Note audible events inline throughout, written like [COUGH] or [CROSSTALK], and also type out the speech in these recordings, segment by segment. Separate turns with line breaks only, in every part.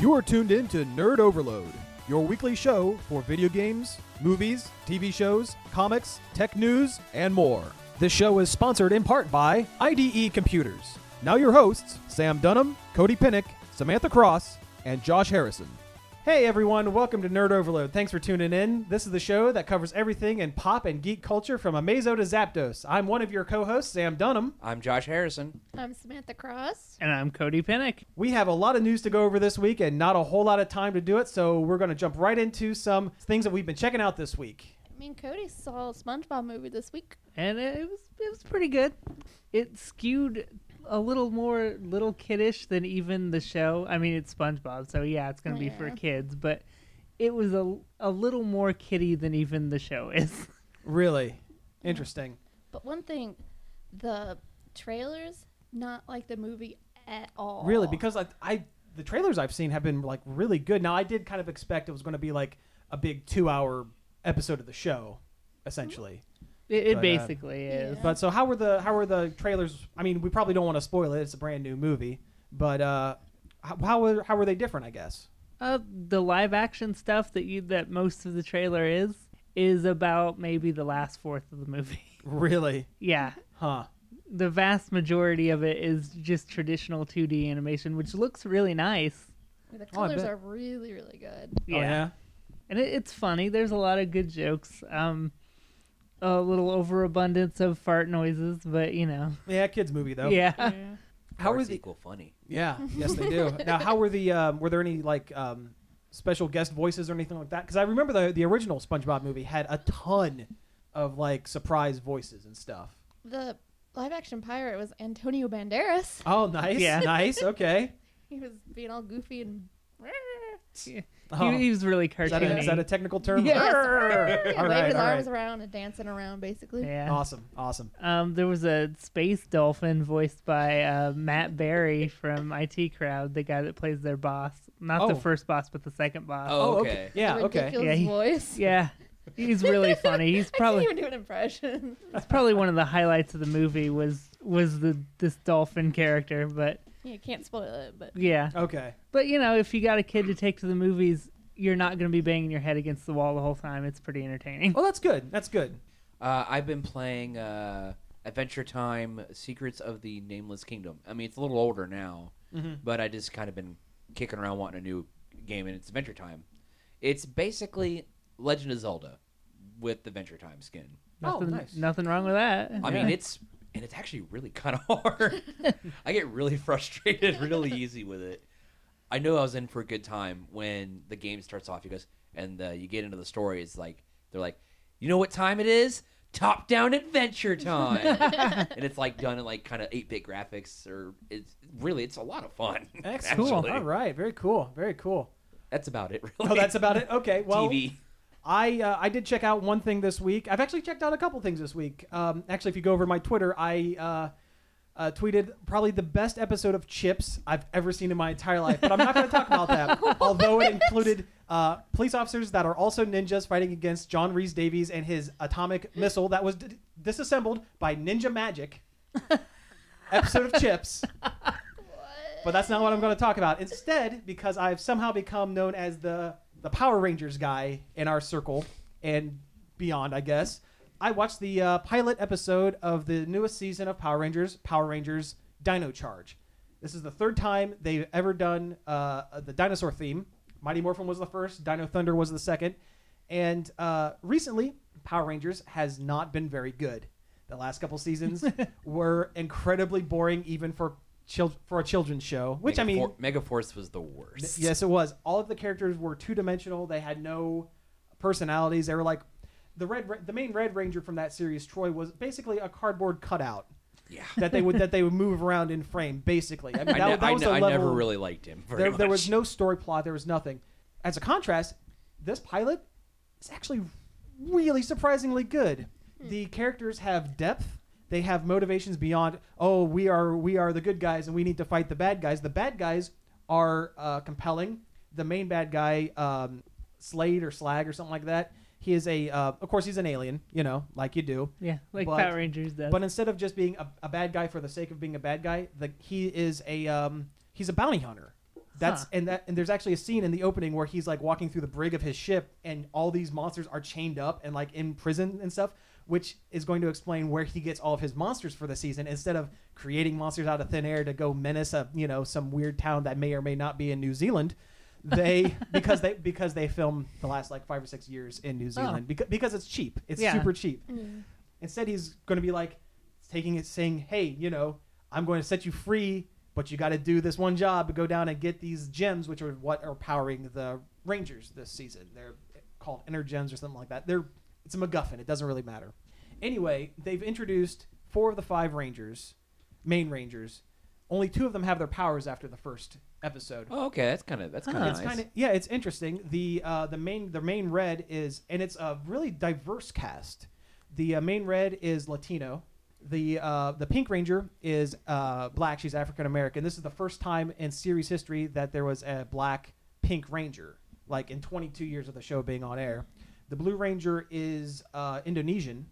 You are tuned in to Nerd Overload, your weekly show for video games, movies, TV shows, comics, tech news, and more. This show is sponsored in part by IDE Computers. Now, your hosts, Sam Dunham, Cody Pinnick, Samantha Cross, and Josh Harrison. Hey everyone, welcome to Nerd Overload. Thanks for tuning in. This is the show that covers everything in pop and geek culture from Amazo to Zapdos. I'm one of your co hosts, Sam Dunham.
I'm Josh Harrison.
I'm Samantha Cross.
And I'm Cody Pinnick.
We have a lot of news to go over this week and not a whole lot of time to do it, so we're going to jump right into some things that we've been checking out this week.
I mean, Cody saw a SpongeBob movie this week.
And it, it was it was pretty good. It skewed a little more little kiddish than even the show. I mean, it's SpongeBob, so yeah, it's going to be for
Yeah.
kids, but it was a a little more kiddie than even the show is. [LAUGHS]
Really interesting.
But one thing, the trailers, not like the movie at all.
Really, because I, I the trailers I've seen have been like really good. Now I did kind of expect it was going to be like a big two-hour episode of the show, essentially.
It, it
But, uh,
basically is.
Yeah.
But so how were the how were the trailers? I mean, we probably don't want to spoil it. It's a brand new movie, but uh, how how were, how were they different? I guess.
Uh, the live action stuff that you that most of the trailer is is about maybe the last fourth of the movie. [LAUGHS]
Really,
yeah.
huh? Oh,
The vast majority of it is just traditional 2D animation, which looks really nice.
the
Oh, I
colors
bet.
are really, really good.
Oh, yeah.
and it, it's funny. There's a lot of good jokes. Um, a little overabundance of fart noises, but you know,
Yeah, kids movie though.
[LAUGHS] yeah.
[LAUGHS] How were
Parts
the?
equal funny?
[LAUGHS]
Yeah. Yes, they do. now, how were the? Um, were there any like um, special guest voices or anything like that? Because I remember the the original SpongeBob movie had a ton of like surprise voices and stuff.
The live action pirate was Antonio Banderas.
Oh, nice.
Yeah.
Nice.
[LAUGHS]
Okay.
He was being all goofy and.
Oh.
He, he was really cartoony.
Is that, a, is that a technical term?
[LAUGHS]
Yes.
Yeah,
all
waving
right.
his
All right.
arms around and dancing around, basically.
yeah.
Awesome. Awesome.
Um, there was a space dolphin voiced by uh, Matt Berry from IT Crowd, the guy that plays their boss, not
Oh.
the first boss, but the second boss.
Oh, okay.
Yeah.
The
Okay.
ridiculous
Yeah, he-
voice.
Yeah,
[LAUGHS]
he's really
[LAUGHS]
funny. He's
I
probably
can't even do an impression. [LAUGHS]
it's probably one of the highlights of the movie was was the this dolphin character, but
you can't spoil it, but
yeah.
Okay.
But you know, if you got a kid to take to the movies, you're not going to be banging your head against the wall the whole time. It's pretty entertaining.
Well, that's good. That's good.
Uh, I've been playing uh, Adventure Time: Secrets of the Nameless Kingdom. I mean, it's a little older now, but I just kind of been kicking around wanting a new game, and it's Adventure Time. It's basically Legend of Zelda with the Adventure Time skin.
Oh,
Nothing,
nice.
nothing wrong with that.
I mean, it's and it's actually really kind of
[LAUGHS]
[LAUGHS] hard. I get really frustrated really easy with it. I know I was in for a good time when the game starts off. You guys and uh, you get into the story. It's like they're like, you know what time it is? Top down adventure
[LAUGHS]
time, and it's like done in like kind of eight bit graphics. Or it's really it's a lot
[LAUGHS]
of fun.
Excellent.
actually.
All right. Very cool. Very cool.
That's about it. Really.
Oh,
[LAUGHS]
that's about it. Okay. Well,
TV.
I uh, I did check out one thing this week. I've actually checked out a couple things this week. Um, actually, if you go over to my Twitter, I uh, uh, tweeted probably the best episode of Chips I've ever seen in my entire life. But I'm not going to talk about that. Although it included uh, police officers that are also ninjas fighting against John Reese Davies and his atomic missile that was d- disassembled by ninja magic. episode of Chips. But that's not what I'm going to talk about. Instead, because I've somehow become known as the the Power Rangers guy in our circle and beyond, I guess. I watched the uh, pilot episode of the newest season of Power Rangers, Power Rangers Dino Charge. This is the third time they've ever done uh, the dinosaur theme. Mighty Morphin was the first, Dino Thunder was the second, and uh, recently Power Rangers has not been very good. The last couple
[LAUGHS]
seasons were incredibly boring, even for chil- for a children's show. Which I mean,
Megafor- Megaforce was the worst.
Th- Yes, it was. All of the characters were two dimensional. They had no personalities. They were like the red, Ra- the main Red Ranger from that series, Troy, was basically a cardboard cutout
Yeah.
that they would
[LAUGHS]
that they would move around in frame. Basically, I mean,
I,
that,
ne-
that
I
was
ne-
the
I
level.
never really liked him. Very
there, there was
much.
no story plot. There was nothing. As a contrast, this pilot is actually really surprisingly good. The characters have depth. They have motivations beyond. Oh, we are we are the good guys, and we need to fight the bad guys. The bad guys are uh, compelling. The main bad guy, um, Slade or Slag or something like that. He is a, uh, of course, he's an alien. You know, like you do.
yeah, like
but-
Power Rangers does.
But instead of just being a, a bad guy for the sake of being a bad guy, the, he is a um, he's a bounty hunter, That's
Huh.
and that and there's actually a scene in the opening where he's like walking through the brig of his ship and all these monsters are chained up and like in prison and stuff, which is going to explain where he gets all of his monsters for the season instead of creating monsters out of thin air to go menace a, you know, some weird town that may or may not be in New Zealand.
[LAUGHS]
They because they because they film the last like 5 or 6 years in New Zealand because because it's cheap. It's
Yeah.
super cheap.
Mm.
Instead, he's going to be like taking it, saying, "Hey, you know, I'm going to set you free, but you got to do this one job to go down and get these gems, which are what are powering the Rangers this season. They're called inner gems or something like that. They're it's a MacGuffin. It doesn't really matter. Anyway, they've introduced four of the five Rangers, main Rangers. Only two of them have their powers after the first episode.
Oh, okay. That's kind of that's kind
Huh.
of
Ah. It's
nice.
kind of yeah, it's interesting. The uh, the main the main red is and it's a really diverse cast. The uh, main red is Latino. The uh, the pink ranger is uh, black. She's African American. This is the first time in series history that there was a black pink ranger. Like in 22 years of the show being on air, the blue ranger is uh, Indonesian,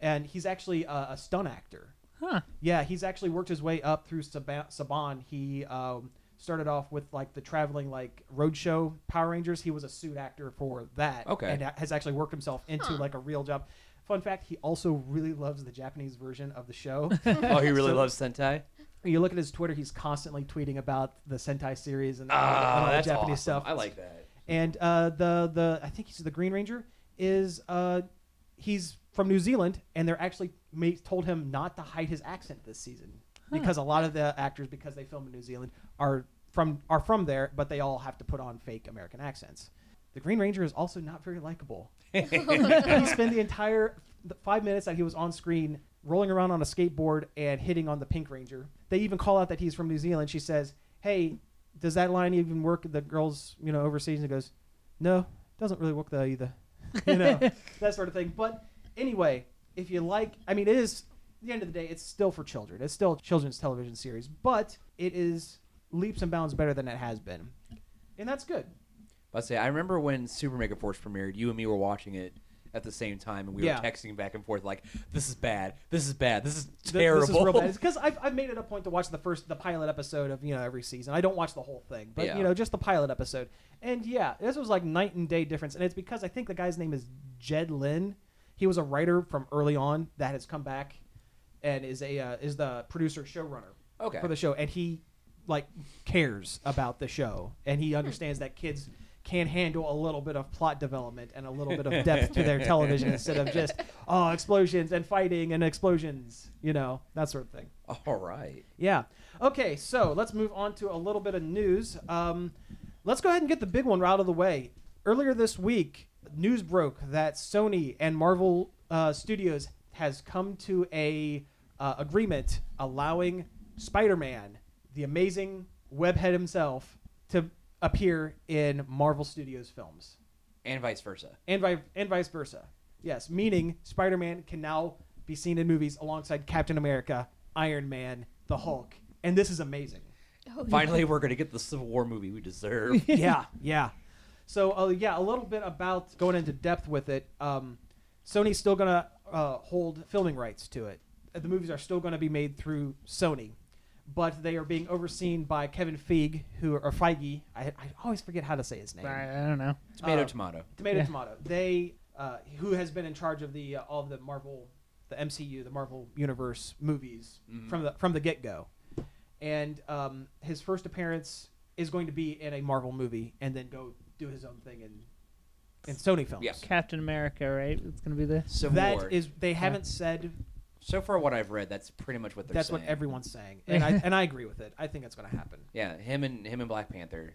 and he's actually a, a stunt actor.
Huh.
Yeah, he's actually worked his way up through Saban. Saban. He um, started off with like the traveling like roadshow Power Rangers. He was a suit actor for that.
Okay.
and ha- has actually worked himself into
Huh.
like a real job. Fun fact: He also really loves the Japanese version of the show.
[LAUGHS] oh, he really
So-
loves Sentai.
you look at his Twitter; he's constantly tweeting about the Sentai series and, all the- and
Ah,
all the
that's
Japanese
awesome.
stuff.
I like that.
And uh, the the I think he's the Green Ranger is uh, he's from New Zealand, and they're actually ma- told him not to hide his accent this season because a lot of the actors, because they film in New Zealand, are from are from there, but they all have to put on fake American accents. The Green Ranger is also not very likable. he spent the entire the five minutes that he was on screen rolling around on a skateboard and hitting on the Pink Ranger. They even call out that he's from New Zealand. She says, "Hey, does that line even work?" The girls, you know, overseas, and he goes, "No, doesn't really work though either." [LAUGHS] You know, that sort of thing. But anyway, if you like, I mean, it is at the end of the day, it's still for children. It's still a children's television series, but it is leaps and bounds better than it has been, and that's good.
But I say I remember when Super Mega Force premiered, you and me were watching it at the same time, and we
Yeah.
were texting back and forth like, "This is bad. This is bad. This is
Th-
terrible."
This is real bad. Because I've, I've made it a point to watch the first, the pilot episode of you know every season. I don't watch the whole thing, but
Yeah.
you know just the pilot episode. And yeah, this was like night and day difference, and it's because I think the guy's name is Jed Lynn. He was a writer from early on that has come back, and is a uh, is the producer showrunner
[LAUGHS] Okay.
for the show, and he like cares about the show, and he understands that kids can handle a little bit of plot development and a little bit of depth to their television instead of just oh explosions and fighting and explosions, you know that sort of thing.
All right.
Yeah. Okay, so let's move on to a little bit of news. Um, let's go ahead and get the big one out of the way. Earlier this week, news broke that Sony and Marvel uh, Studios has come to a uh, agreement allowing Spider-Man, the amazing webhead himself, to appear in Marvel Studios films
And vice versa.
and vi- and vice versa. Yes, meaning Spider-Man can now be seen in movies alongside Captain America, Iron Man, the Hulk, and this is amazing.
Oh, yeah.
Finally, we're gonna get the Civil War movie we
[LAUGHS]
deserve.
yeah, yeah. So uh, yeah, a little bit about going into depth with it. Um, Sony's still gonna uh, hold filming rights to it. Uh, The movies are still gonna be made through Sony, but they are being overseen by Kevin Feige, who or Feige. I, I always forget how to say his name.
I, I don't know.
tomato,
Uh,
tomato.
Tomato,
Yeah.
tomato. They, uh, who has been in charge of the uh, all the Marvel, the MCU, the Marvel Universe movies
Mm-hmm.
from the from the get go, and um, his first appearance is going to be in a Marvel movie, and then go do his own thing in in Sony films.
Yeah.
Captain America, right? It's gonna be the
Civil War.
That is, they haven't said
so far what I've read. That's pretty much what they're
that's
saying.
what everyone's
[LAUGHS]
saying, and I and I agree with it. I think it's going to happen.
Yeah, him and him and Black Panther.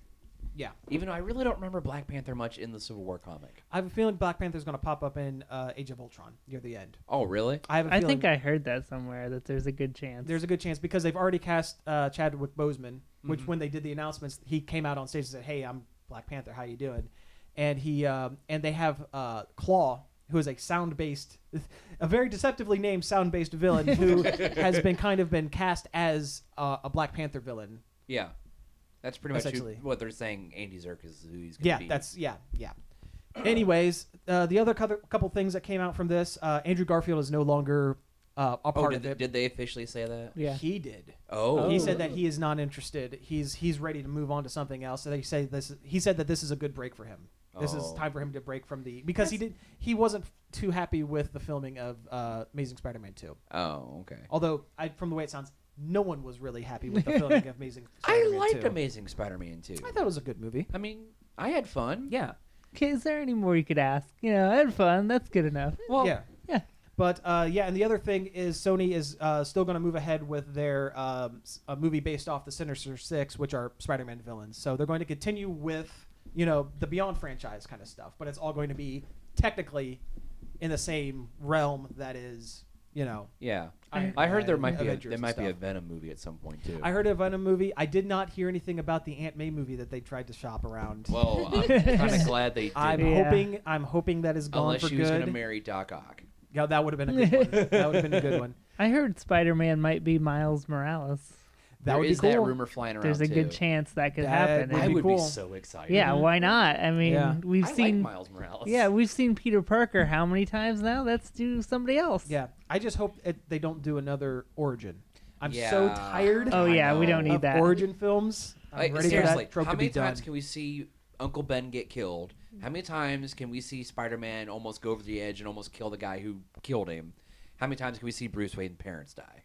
Yeah,
Even though I really don't remember Black Panther much in the Civil War comic.
I have a feeling Black Panther's going to pop up in uh, Age of Ultron near the end.
Oh, really?
I have a
I
feeling
think I heard that somewhere that there's a good chance.
there's a good chance because they've already cast uh, Chadwick Boseman, which
Mhm.
when they did the announcements, he came out on stage and said, "Hey, I'm Black Panther. How you doing?" And he um, and they have uh, Claw, who is a sound-based, [LAUGHS] a very deceptively named sound-based villain
[LAUGHS]
who has been kind of been cast as uh, a Black Panther villain.
Yeah, that's pretty much who-
Essentially.
what they're saying. Andy Zirk is who he's gonna
Yeah,
be.
that's yeah, yeah. Anyways, uh, the other couple, couple things that came out from this, uh, Andrew Garfield is no longer uh, a
Oh,
part
did
of
they,
it.
did they officially say that?
Yeah.
He did.
Oh,
He said that he is not interested. He's he's ready to move on to something else. So they say this. He said that this is a good break for him. This is
Oh.
time for him to break from the because he did he wasn't too happy with the filming of uh, Amazing Spider-Man Two.
Oh, okay.
Although I, from the way it sounds, no one was really happy with the filming of Amazing.
I
Spider-Man
liked
2.
Amazing Spider-Man too.
I thought it was a good movie.
I mean, I had fun.
Yeah.
Okay, is there any more you could ask? You know, I had fun. That's good enough.
Well,
yeah.
yeah.
But uh, yeah, and the other thing is Sony is uh, still going to move ahead with their um, s- a movie based off the Sinister Six, which are Spider-Man villains. So they're going to continue with you know the Beyond franchise kind of stuff, but it's all going to be technically in the same realm that is you know.
yeah.
Iron
I heard there
Man,
might be a,
Avengers
there
and
might be a
stuff.
Venom movie at some point too.
I heard of a movie. I did not hear anything about the Aunt May movie that they tried to shop around.
[LAUGHS] Well, I'm kind
[LAUGHS]
of glad they did.
I'm
Yeah.
hoping I'm hoping that is gone
unless
for
she was
good.
gonna marry Doc Ock.
yeah, that would have been a good one. That would have been a
[LAUGHS]
good one.
I heard Spider Man might be Miles Morales.
That
There
would
is
be
that
cool.
rumor flying around.
There's a good
too.
chance that could
That
happen.
would
I
And-
be
would
cool.
be so excited.
yeah, why not? I mean,
Yeah.
we've
I
seen
like Miles Morales.
Yeah, we've seen Peter Parker how many times now? Let's do somebody else.
Yeah, I just hope it, they don't do another Origin. I'm so
Yeah.
tired
Oh
I
yeah, we
know.
don't need
of
that.
Origin films. I'm
Like,
ready for
seriously,
that trope
how
to be
many times
done.
can we see Uncle Ben get killed? How many times can we see Spider-Man almost go over the edge and almost kill the guy who killed him? How many times can we see Bruce Wayne's parents die?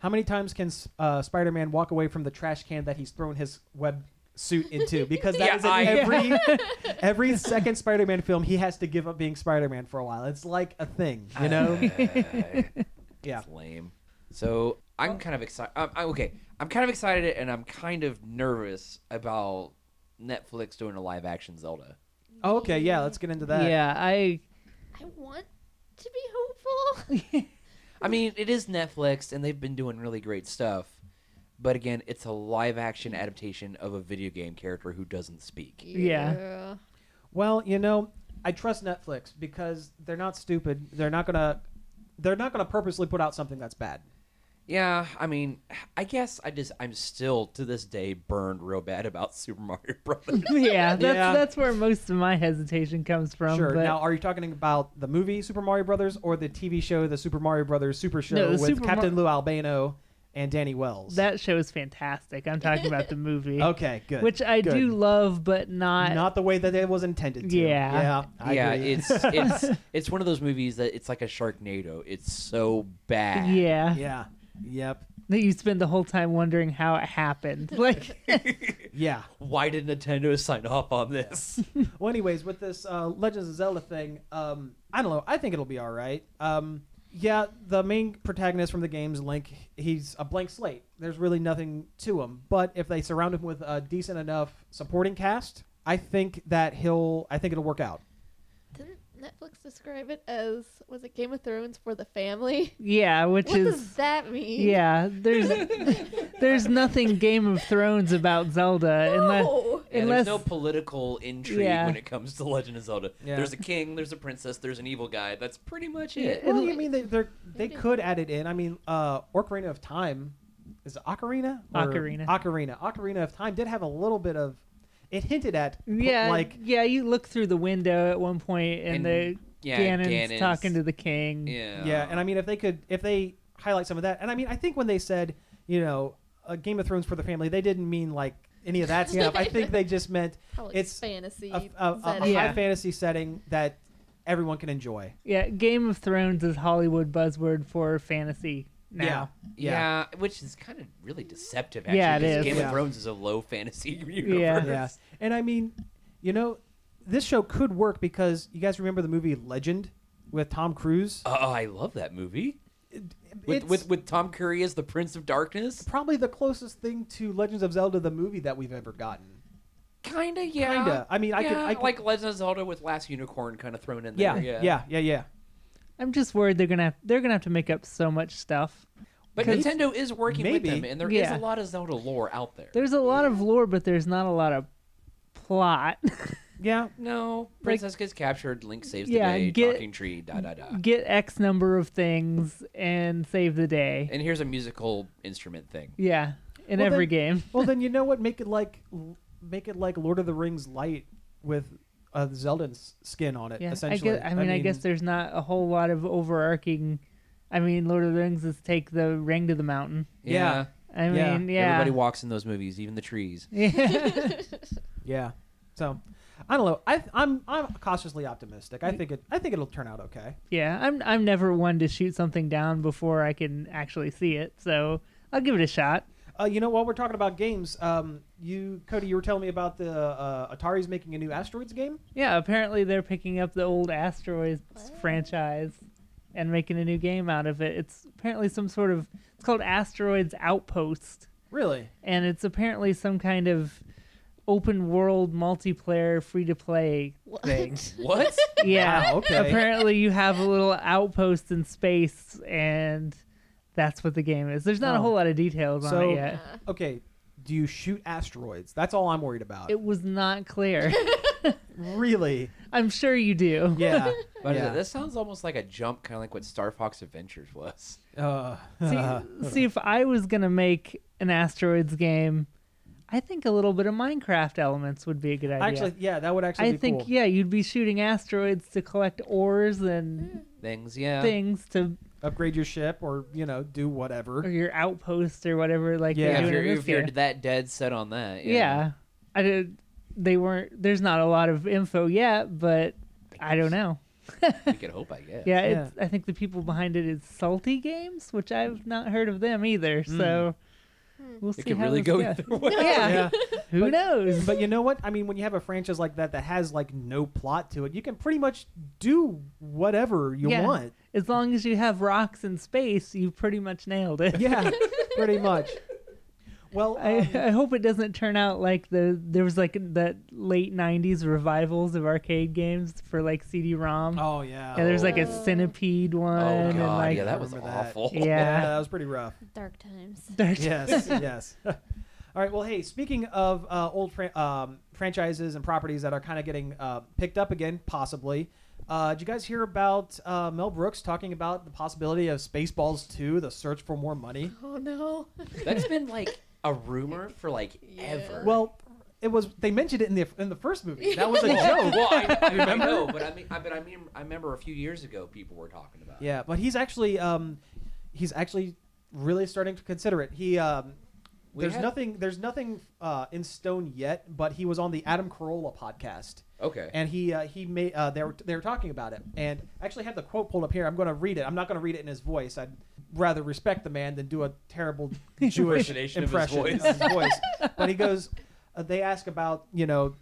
How many times can uh, Spider-Man walk away from the trash can that he's thrown his web suit into?
[LAUGHS]
Because that
Yeah,
is in
I-
every
[LAUGHS]
every second Spider-Man film, he has to give up being Spider-Man for a while. It's like a thing, you
[LAUGHS]
know?
Uh,
yeah.
It's lame. So I'm kind of excited. I'm, I'm- okay. I'm kind of excited and I'm kind of nervous about Netflix doing a live action Zelda.
Oh, [LAUGHS] okay, yeah. Let's get into that.
Yeah,
[LAUGHS]
I
I want to be hopeful. [LAUGHS]
I mean, it is Netflix and they've been doing really great stuff. But again, it's a live action adaptation of a video game character who doesn't speak.
Yeah.
Well, you know, I trust Netflix because they're not stupid. They're not gonna they're not gonna purposely put out something that's bad.
Yeah, I mean, I guess I just I'm still to this day burned real bad about [LAUGHS] Super Mario Brothers.
yeah, that's
Yeah.
that's where most of my hesitation comes from.
Sure.
But
Now, are you talking about the movie Super Mario Brothers or the TV show The Super Mario Brothers Super Show
the
with
Super Mar-
Captain Lou Albano and Danny Wells?
that show is fantastic. I'm talking about the
[LAUGHS]
movie.
okay, good.
Which I
good.
do love but not,
not the way that it was intended to.
Yeah.
yeah, I
yeah,
agree.
it's it's
[LAUGHS]
it's one of those movies that it's like a Sharknado. It's so bad.
yeah.
yeah, yep,
That you spend the whole time wondering how it happened. [LAUGHS] Like
yeah.
Why did Nintendo sign off on
[LAUGHS]
this?
Well, anyways, with this uh, Legends of Zelda thing, um, I don't know. I think it'll be all right. Um, yeah, the main protagonist from the games, Link, he's a blank slate. There's really nothing to him. But if they surround him with a decent enough supporting cast, I think that he'll. I think it'll work out.
Didn't Netflix describe it as was it Game of Thrones for the family?
yeah, which
What
is
does that mean?
yeah,
[LAUGHS]
there's there's nothing Game of Thrones about Zelda unless
No.
Yeah,
Unless-
there's no political intrigue
Yeah.
when it comes to Legend of Zelda.
Yeah.
There's a king, there's a princess, there's an evil guy. That's pretty much it.
Well,
It'll-
you mean they they're, they
Maybe.
could add it in? I mean, uh, Ocarina of Time is it Ocarina. Or-
Ocarina.
Ocarina. Ocarina of Time did have a little bit of. It hinted at
yeah,
like
yeah, you look through the window at one point and, the
And, yeah,
Ganon's,
Ganon's-
talking to the king.
Yeah.
Yeah, and I mean, if they could, if they highlight some of that, and I mean, I think when they said, you know, uh, Game of Thrones for the family, they didn't mean like any of
[LAUGHS]
that stuff. I think they just meant
Probably
It's
fantasy.
a, a- a
setting.
Yeah.
high fantasy setting that everyone can enjoy.
Yeah, Game of Thrones is Hollywood buzzword for fantasy now.
Yeah, which is kind of really deceptive. Actually,
Yeah, it
'cause
is.
Game
Yeah.
of Thrones is a low fantasy [LAUGHS]
yeah,
universe.
yeah. And I mean, you know, this show could work because you guys remember the movie Legend with Tom Cruise.
Oh, I love that movie with,
It's
with with Tom Curry as the Prince of Darkness.
probably the closest thing to Legends of Zelda the movie that we've ever gotten.
Kinda, yeah.
Kinda. I mean, I could-
Yeah,
I could-
like Legend of Zelda with Last Unicorn kind of thrown in
Yeah,
there.
yeah, yeah, yeah.
I'm just worried they're gonna have, they're gonna have to make up so much stuff.
But
Maybe.
Nintendo is working
Maybe.
with them, and there is
Yeah.
a lot of Zelda lore out there.
There's a lot of lore, but there's not a lot of plot. [LAUGHS]
yeah.
No, Princess gets captured. Link saves
Yeah,
the day.
get-
Talking tree. Da da da.
Get X number of things and save the day.
And here's a musical instrument thing.
Yeah, in
Well,
every
then-
game.
well then you know what make it like make it like lord of the rings light with uh, the zelda's skin on it
Yeah, I,
essentially
guess, I mean, I guess there's not a whole lot of overarching I mean, Lord of the Rings is take the ring to the mountain.
Yeah.
I
Yeah.
mean, yeah.
Everybody walks in those movies, even the trees.
[LAUGHS] yeah.
Yeah. So I don't know. I I'm I'm cautiously optimistic. I think it I think it'll turn out okay.
yeah, I'm I'm never one to shoot something down before I can actually see it, so I'll give it a shot.
Uh, you know, while we're talking about games, um, you Cody, you were telling me about the uh, Atari's making a new asteroids game.
Yeah, apparently they're picking up the old Asteroids
What?
franchise and making a new game out of it. It's apparently some sort of it's called Asteroids Outpost.
Really?
and it's apparently some kind of open world multiplayer free
[LAUGHS]
to play
What? [LAUGHS]
thing.
What?
Yeah.
Wow, Ah, okay.
Apparently you have a little outpost in space and that's what the game is. There's not a
Oh.
whole lot of details on
So-
it yet.
Uh,
Okay. Do you shoot asteroids? That's all I'm worried about.
It was not
[LAUGHS]
clear.
really?
I'm sure you do. [LAUGHS]
Yeah.
But uh,
Yeah.
this sounds almost like a jump, kind of like what Star Fox Adventures was.
Uh, [LAUGHS]
[LAUGHS]
See, see if I was going to make an asteroids game, I think a little bit of Minecraft elements would be a good idea.
actually, yeah, that would actually
I
be
think
cool.
yeah, you'd be shooting asteroids to collect ores and
Things, yeah.
things to
Upgrade your ship or, you know, do
or
whatever.
your outpost or whatever like
Yeah,
Yeah,
they're
if
doing
you're,
in this
if you're
game.
that dead set on that.
yeah. i did they weren't there's not a lot of info yet but i don't know
We could hope, I guess.
yeah, It's, i think the people behind it is salty games which i've not heard of them either so we'll
Hmm.
see
It could
how
really
this
go
goes.
either way.
yeah,
Yeah.
who
But- [LAUGHS]
knows
but you know what? I mean, when you have a franchise like that that has like no plot to it, you can pretty much do whatever you
Yeah. [LAUGHS]
want.
as long as you have rocks in space you pretty much nailed it
Yeah, pretty much. Well,
I,
um,
[LAUGHS] I hope it doesn't turn out like the there was like that late 90s revivals of arcade games for like CD-ROM.
oh yeah.
Yeah, there's like a
Oh.
centipede one.
Oh,
and
God.
like,
yeah, that was
Remember that.
awful.
yeah,
Yeah.
that was pretty
[LAUGHS]
rough.
dark times.
There's-
Yes, yes. [LAUGHS] All right. Well, hey, speaking of uh, old fran- um, franchises and properties that are kind of getting uh, picked up again, possibly. Uh, did you guys hear about uh, Mel Brooks talking about the possibility of Spaceballs 2, the search for more money?
Oh no.
That's been like [LAUGHS] a rumor for like
Yeah.
ever. [LAUGHS]
Well, it was they mentioned it in the in the first movie. That was a
well,
joke.
[LAUGHS]
well, I, I, I know, but I mean, I, but I mean, I remember a few years ago people were talking about. it.
Yeah, but he's actually um, he's actually really starting to consider it. He um,
We
there's
had-
nothing there's nothing uh, in stone yet, but he was on the Adam Carolla podcast.
Okay.
and he uh, he made uh, they were they were talking about it, and I actually have the quote pulled up here. I'm going to read it. I'm not going to read it in his voice. I'd rather respect the man than do a terrible Jewish
Impersonation
impression
of his voice.
of his voice. But he goes, uh, they ask about you know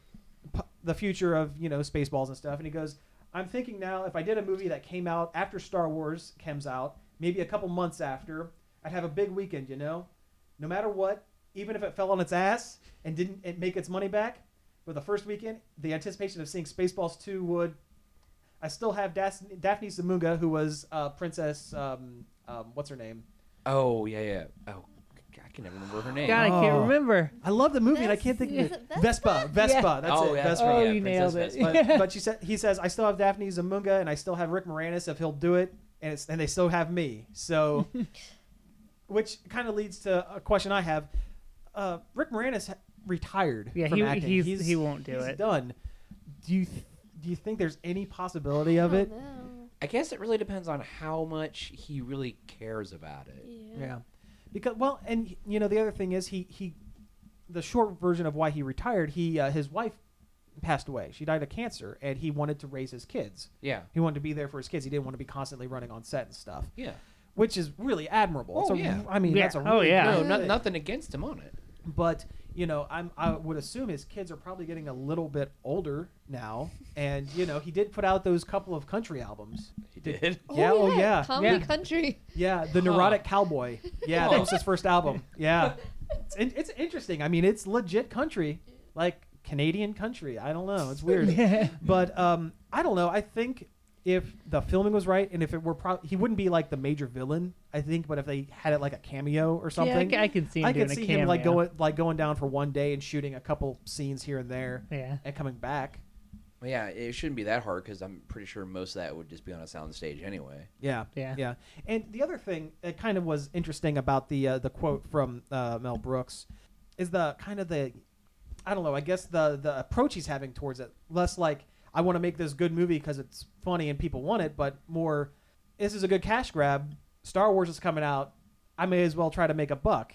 p- the future of you know Spaceballs and stuff, and he goes, I'm thinking now if I did a movie that came out after Star Wars comes out, maybe a couple months after, I'd have a big weekend, you know, no matter what, even if it fell on its ass and didn't it make its money back for the first weekend, the anticipation of seeing Spaceballs 2 would. I still have Das- Daphne Zamunga, who was uh, Princess, um, um, what's her name?
oh yeah, yeah. Oh, God, I can never remember her name.
God, I can't
Oh.
remember.
I love the movie, and I can't think of it.
Vespa- is
[LAUGHS]
it
Vespa, Vespa, that's
oh,
it.
yeah,
Vespa.
right,
Oh,
yeah,
you
Princess
nailed it.
[LAUGHS]
Vespa.
[LAUGHS]
but, but she said he says I still have Daphne Zamunga and I still have Rick Moranis if he'll do it and it's and they still have me
[LAUGHS]
so which kind of leads to a question I have uh, Rick Moranis ha- retired
Yeah,
from
he-
acting
he's- he won't do
he's
it.
done do you th- do you think there's any possibility of
Oh,
it
no.
I guess it really depends on how much he really cares about it.
Yeah.
yeah because well and you know the other thing is he he the short version of why he retired he uh, his wife passed away she died of cancer and he wanted to raise his kids
Yeah,
He wanted to be there for his kids. He didn't want to be constantly running on set and stuff,
yeah.
which is really admirable. It's
Oh,
a-
yeah.
I mean,
Yeah.
that's a really
Oh, yeah.
No,
good
no,
thing.
nothing against him on it.
But you know, I'm I would assume his kids are probably getting a little bit older now, and you know, he did put out those couple of country albums.
He did.
Yeah, oh, yeah.
Comedy
Yeah.
country.
Yeah, the neurotic cowboy. Yeah, that
Huh.
was his first album. Yeah, it's, in- it's interesting. I mean, it's legit country, like Canadian country. I don't know. It's weird.
[LAUGHS] Yeah.
But um, I don't know. I think if the filming was right, and if it were, pro- he wouldn't be like the major villain. I think, but if they had it like a cameo or
Yeah, I,
something,
c- I could see him
I
doing
could see
a cameo.
him like going like going down for one day and shooting a couple scenes here and there,
Yeah.
and coming back.
Well, yeah, it shouldn't be that hard because I'm pretty sure most of that would just be on a sound stage anyway.
Yeah,
Yeah.
yeah. And the other thing that kind of was interesting about the uh, the quote from uh, Mel Brooks is the kind of the I don't know. I guess the the approach he's having towards it, less like I want to make this good movie because it's funny and people want it, but more this is a good cash grab. Star Wars is coming out. I may as well try to make a buck.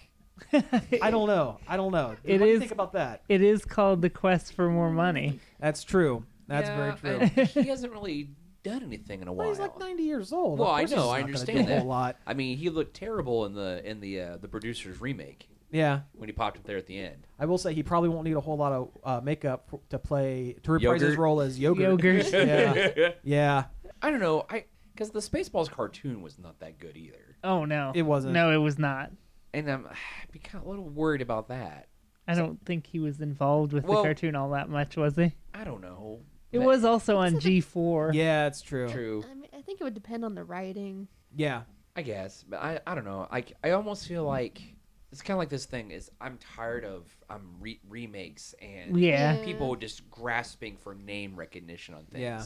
I don't know. I don't know.
It
what do you
is-
think about that?
[LAUGHS] It is called the quest for more money.
That's true. That's
Yeah,
very true.
[LAUGHS]
and he hasn't really done anything in a
Well,
while.
he's like 90 years old.
Well,
Of
I
course
know,
he's
I
not gonna do
understand
a
that.
whole lot.
I mean, he looked terrible in the in the uh, the producer's remake
Yeah,
when he popped up there at the end.
I will say he probably won't need a whole lot of uh, makeup f- to play to reprise his
Yogurt.
role as yogurt.
Yogurt.
[LAUGHS] yeah, yeah.
I don't know. I because the Spaceballs cartoon was not that good either,
Oh no,
It wasn't.
No, it was not.
and I'm [SIGHS] I'd be kind of a little worried about that.
I don't think he was involved with
Well-
the cartoon all that much, was he?
I don't know.
It
That-
was also on
It's
G4.
Yeah, it's true.
[LAUGHS] true.
I, mean, I think it would depend on the writing.
Yeah,
I guess, but I I don't know. I I almost feel like it's kind of like this thing is I'm tired of um re- remakes and
Yeah.
Yeah.
people just grasping for name recognition on things.
Yeah.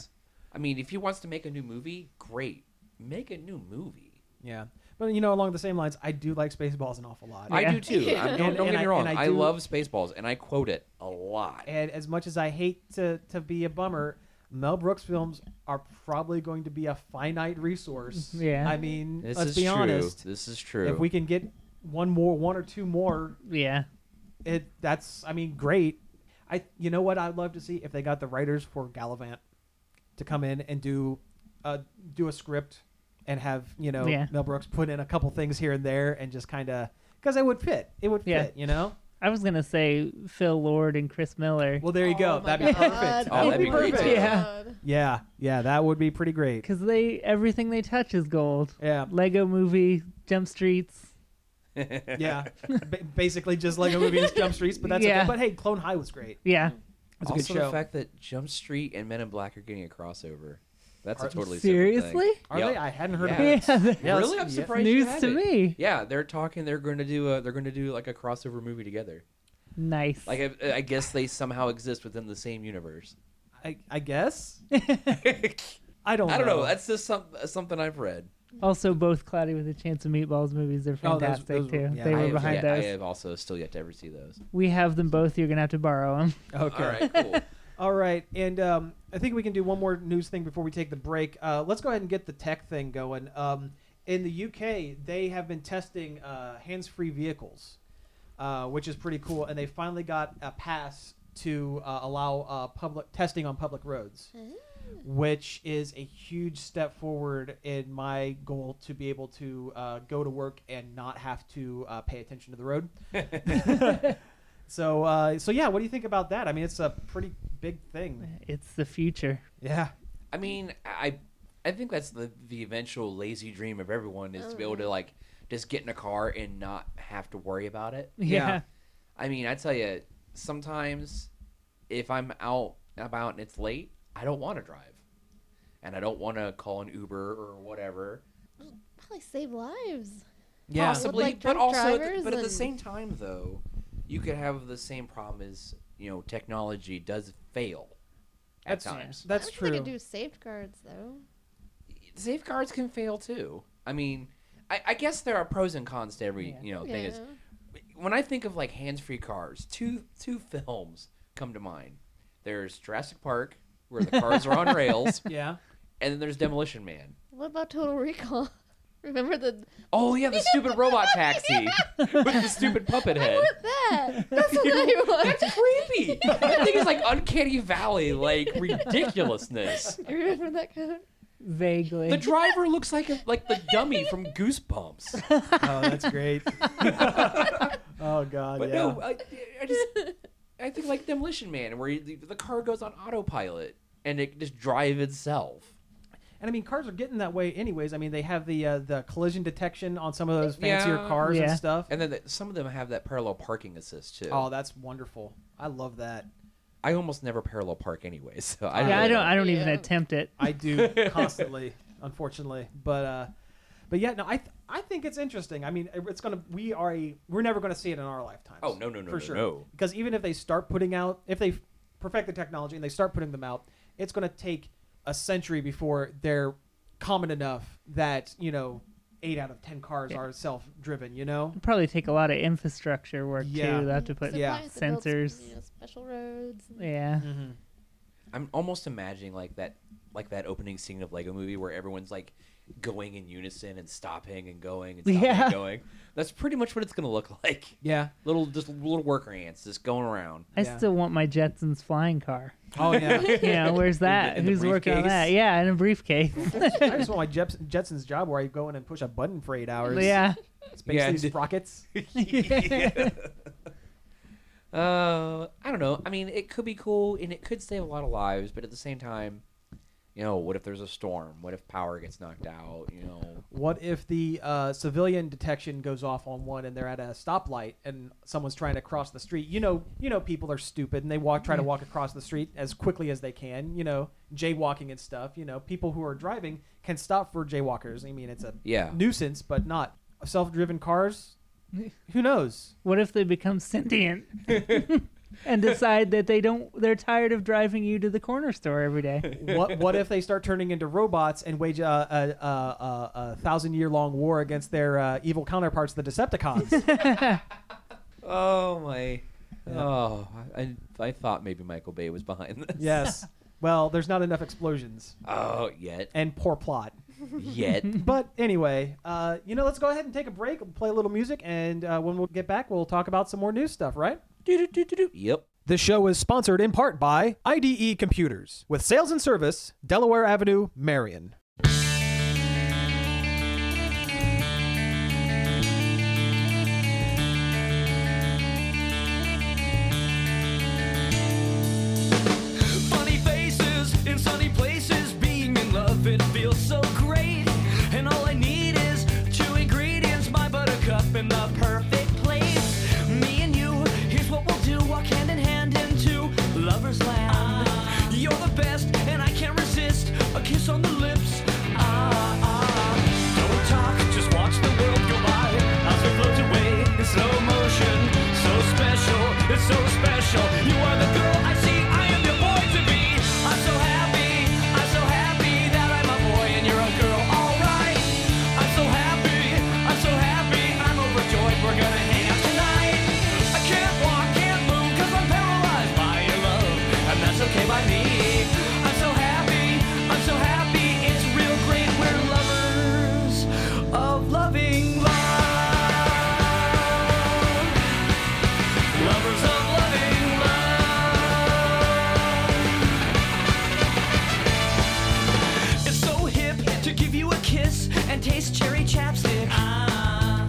I mean, if he wants to make a new movie, great. Make a new movie.
yeah. But you know, along the same lines, I do like Spaceballs an awful lot.
I
Yeah.
do
[LAUGHS]
too.
Yeah.
I- don't
And-
don't
and
get me
I-
wrong.
and
I,
I do-
love Spaceballs, and I quote it a lot.
And as much as I hate to to be a bummer, Mel Brooks films are probably going to be a finite resource.
Yeah.
I mean,
this
let's
is
be
true.
honest.
This is true.
If we can get one more, one or two more
Yeah.
it that's I mean great. I you know what I'd love to see if they got the writers for Gallivant to come in and do uh do a script and have you know
Yeah.
Mel Brooks put in a couple things here and there and just kind of because it would fit it would
Yeah.
fit you know
I was gonna say Phil Lord and Chris Miller
well there you go
Oh my
that'd be
God. Oh,
perfect
Oh, that'd be great,
perfect.
too.
Yeah.
God.
yeah yeah that would be pretty great
because they everything they touch is gold.
yeah
Lego Movie, Jump Streets.
yeah
[LAUGHS]
ba- basically just like a movie just jump streets but that's
Yeah.
okay but hey Clone High was great
Yeah.
it's a
also
good show
the fact that Jump Street and Men in Black are getting a crossover. That's
Are-
a totally separate thing.
Seriously?
are
Yeah.
they I hadn't heard
Yeah.
of it
[LAUGHS] that-
Yeah,
really? I'm
that's- yeah.
surprised. you
News to
haven't.
me.
Yeah, they're talking. They're going to do. A, they're going to do like a crossover movie together.
Nice.
Like I, I guess they somehow exist within the same universe.
I, I
[LAUGHS]
guess
I
I don't
don't know. That's just some, uh, something I've read.
also, both Cloudy with a Chance of Meatballs movies are
Oh, those-
fantastic
those were-
too.
yeah.
They
I
were
have
behind
yet-
those.
I have also still yet to ever see those.
We have them both. You're gonna have to borrow them.
okay
All right. Cool.
All right, and um, I think we can do one more news thing before we take the break. Uh, let's go ahead and get the tech thing going. Um, in the UK, they have been testing uh, hands-free vehicles, uh, which is pretty cool, and they finally got a pass to uh, allow uh, public testing on public roads, which is a huge step forward in my goal to be able to uh, go to work and not have to uh, pay attention to the road.
[LAUGHS]
So, uh, so yeah, what do you think about that? I mean, it's a pretty big thing.
It's the future. [LAUGHS]
Yeah.
[LAUGHS] I mean, I I think that's the the eventual lazy dream of everyone is to be able to like just get in a car and not have to worry about it.
Yeah.
Yeah.
I mean, I tell you, sometimes if I'm out and about and it's late, I don't want to drive, and I don't want to call an Uber or whatever.
Probably save lives.
Yeah.
possibly,
With, like,
but
drunk
also, at the-
drivers
but at the
and-
same time, though, you could have the same problem as you know, technology does fail at
That's-
times.
That's
I don't think
true.
They could do safeguards though.
safeguards can fail too. I mean, I, I guess there are pros and cons to every
Yeah.
you know thing. Is when I think of like hands-free cars, two two films come to mind. There's Jurassic Park, where the cars are
[LAUGHS]
on rails,
Yeah.
and then there's Demolition Man.
What about Total Recall? [LAUGHS] Remember the
Oh yeah, the stupid
[LAUGHS]
robot taxi with the stupid puppet head.
What that?
[LAUGHS]
That's what I want.
That's creepy. That thing is like uncanny valley, like ridiculousness.
You [LAUGHS] remember that kind of?
Vaguely.
The driver looks like a, like the dummy from Goosebumps.
Oh, that's [LAUGHS] great. oh God.
But
yeah.
no, I, I just I think like Demolition Man, where you, the car goes on autopilot and it can just drive itself.
and I mean, cars are getting that way, anyways. I mean, they have the uh, the collision detection on some of those fancier
Yeah.
cars
Yeah.
and stuff.
And then the, some of them have that parallel parking assist too.
Oh, that's wonderful. I love that.
I almost never parallel park anyway, so I
yeah, I
really
don't. I don't even
Yeah.
attempt it.
I do
[LAUGHS]
constantly, unfortunately. But uh, but yeah, no, I th- I think it's interesting. I mean, it's gonna we are a we're never gonna see it in our lifetimes.
Oh, no, no, no,
for
no,
sure.
no.
Because even if they start putting out, if they perfect the technology and they start putting them out, it's gonna take a century before they're common enough that you know eight out of ten cars
Yeah.
are self-driven. You know.
It'd probably take a lot of infrastructure work
Yeah.
too. They have to put.
Yeah.
sensors.
you know, special roads.
Yeah.
Mm-hmm.
I'm almost imagining like that like that opening scene of Lego Movie where everyone's like going in unison and stopping and going and stopping
Yeah.
and going. That's pretty much what it's gonna look [LAUGHS] like.
Yeah.
Little just little worker ants just going around.
I
Yeah.
still want my Jetsons
[LAUGHS]
flying car.
Oh yeah.
You know, where's that?
in the
Who's working on that?
briefcase?
Yeah, in a briefcase.
[LAUGHS]
I just want my Jets- Jetson's job where I go in and push a button for eight hours.
yeah.
Space
Yeah.
these sprockets. [LAUGHS]
Yeah. [LAUGHS] uh, I don't know. I mean, it could be cool and it could save a lot of lives, but at the same time, you know, what if there's a storm? What if power gets knocked out? You know,
What if the uh, civilian detection goes off on one and they're at a stoplight and someone's trying to cross the street? You know, you know, people are stupid and they walk try to walk across the street as quickly as they can. You know, jaywalking and stuff. You know, people who are driving can stop for jaywalkers. I mean, it's a
yeah.
nuisance, but not self-driven cars. Who knows?
What if they
[LAUGHS]
become sentient and decide that they don't they're tired of driving you to the corner store every day?
What what if they start turning into robots and wage a, a, a, a, a thousand-year-long war against their uh, evil counterparts, the Decepticons?
Oh my.
Yeah.
Oh, I, I thought maybe Michael Bay was behind this.
yes. Well, there's not enough explosions
Oh, yet,
and poor [LAUGHS] plot.
[LAUGHS]
yet.
But anyway, uh, you know, let's go ahead and take a break, play a little music, and uh, when we get back, we'll talk about some more new stuff, right?
Doo-doo-doo-doo-doo. yep.
This show is sponsored in part by IDE Computers with sales and service, Delaware Avenue, Marion.
Funny faces in sunny places, being in love, it feels so great. [LAUGHS] And all I need is two ingredients, my buttercup and the perfect plate. Me and you, here's what we'll do, walk hand in hand into lover's land. You're the best, and I can't resist a kiss on the lips. Ah, ah. Don't talk, just watch the world go by. As we float away in slow motion. So special, it's so special. You are the girl I see, I am your boy to be. I'm so happy, I'm so happy that I'm a boy and you're a girl, alright. I'm so happy, I'm so happy, I'm overjoyed. We're gonna hang out tonight. I can't walk, can't move, cause I'm paralyzed by your love. And that's okay by me. I'm so happy, I'm so happy, it's real great. We're lovers of loving love. Lovers of loving love. It's so hip to give you a kiss and taste cherry chapstick. Ah,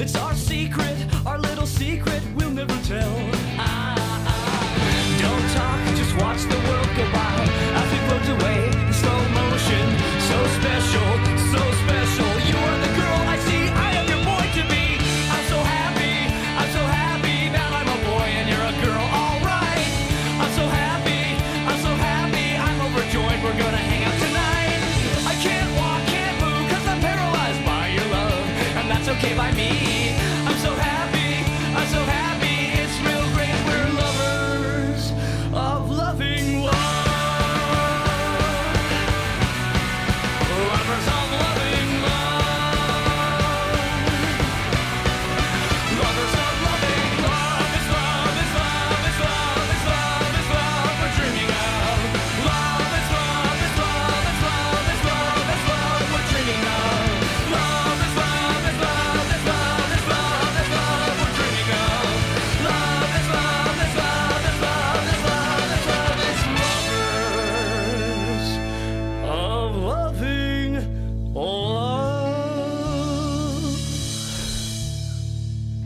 it's our secret, our little secret we'll never tell. Ah, ah. don't talk, just watch the world go by as we float away in slow motion. So special, so special. You are the girl I see. I am your boy to be. I'm so happy. I'm so happy that I'm a boy and you're a girl. All right. I'm so happy. I'm so happy. I'm overjoyed. We're gonna hang out tonight. I can't walk, can't move, cause I'm paralyzed by your love, and that's okay by me. I'm so happy. I'm so happy. It's real great. We're lovers of loving love. Lovers of loving love. Lovers of loving love. It's love, it's love, it's love, it's love, it's love we're dreaming of. Love, it's love, it's love, it's love, it's love, it's love we're dreaming of. Love, it's love, it's love, it's love, it's love, it's love we're dreaming of. Love, it's love, it's love, it's love, it's love, it's love, it's lovers of loving love.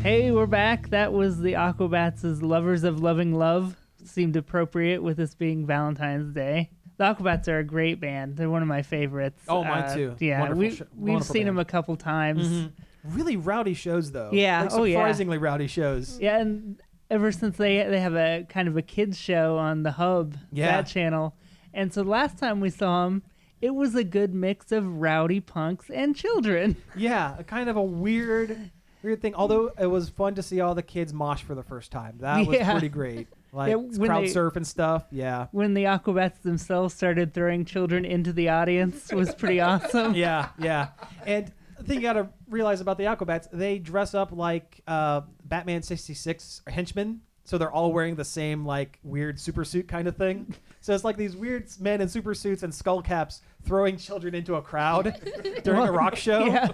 Hey, we're back. That was the Aquabats' Lovers of Loving Love. Seemed appropriate with this being Valentine's Day. The Aquabats are a great band. They're one of my favorites. Uh,
Oh, mine too.
Yeah,
Wonderful
we,
sh-
we've
wonderful
seen
band. Mm-hmm.
them a couple times.
Really rowdy shows, though.
Yeah,
Like,
oh, yeah.
surprisingly rowdy shows.
Yeah, and ever since they they have a kind of a kids show on the Hub
Yeah.
that channel, and so last time we saw them, it was a good mix of rowdy punks and children. [LAUGHS]
Yeah, a kind of a weird, weird thing. Although it was fun to see all the kids mosh for the first time. That was
[LAUGHS] Yeah.
pretty great. Like
Yeah, when
crowd
they-
surf and stuff. Yeah,
When the Aquabats themselves started throwing children into the audience
[LAUGHS]
was pretty awesome.
yeah, yeah. And the thing you got to realize about the Aquabats, they dress up like uh, Batman '66 henchmen. so they're all wearing the same like weird super suit kind of thing. So it's like these weird men in super suits and skull caps throwing children into a crowd [LAUGHS] during a rock show.
Yeah.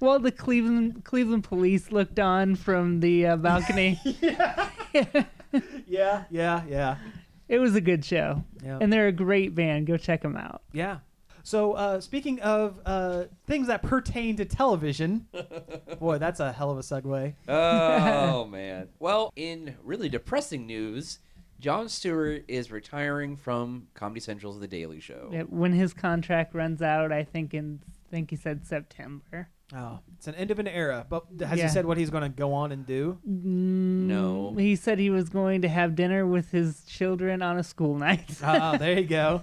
Well, the Cleveland Cleveland police looked on from the
[LAUGHS]
uh, balcony.
yeah, yeah, yeah.
it was a good show,
Yeah.
and they're a great band. Go check them out.
Yeah. So uh, speaking of uh, things that pertain to television, boy, that's a hell of a segue.
[LAUGHS]
Oh man. Well, in really depressing news, Jon Stewart is retiring from Comedy Central's The Daily Show.
Yeah, When his contract runs out, I think in think he said September.
Oh, it's an end of an era. But has
Yeah.
he said what he's going to go on and do?
No.
Mm, He said he was going to have dinner with his children on a school night.
[LAUGHS]
Ah, there you [LAUGHS] go.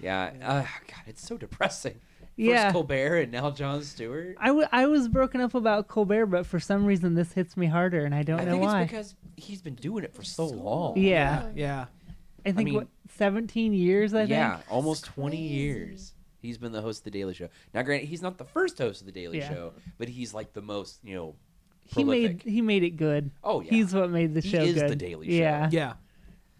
Yeah. Uh, God, it's so depressing. First
[LAUGHS] Yeah.
Colbert and now Jon Stewart.
I, w- I was broken up about Colbert, but for some reason this hits me harder, and I don't
I
know
think
why.
it's because he's been doing it for so long.
yeah,
Yeah.
I think
mean-
what 17 years. I
yeah,
think.
almost 20
crazy.
years. He's been the host of The Daily Show. Now, granted, he's not the first host of The Daily
Yeah.
Show, but he's like the most, you know,
He
prolific.
made he made it good.
Oh, yeah.
He's what made the
He
show
is the
good.
Daily Show.
yeah.
Yeah.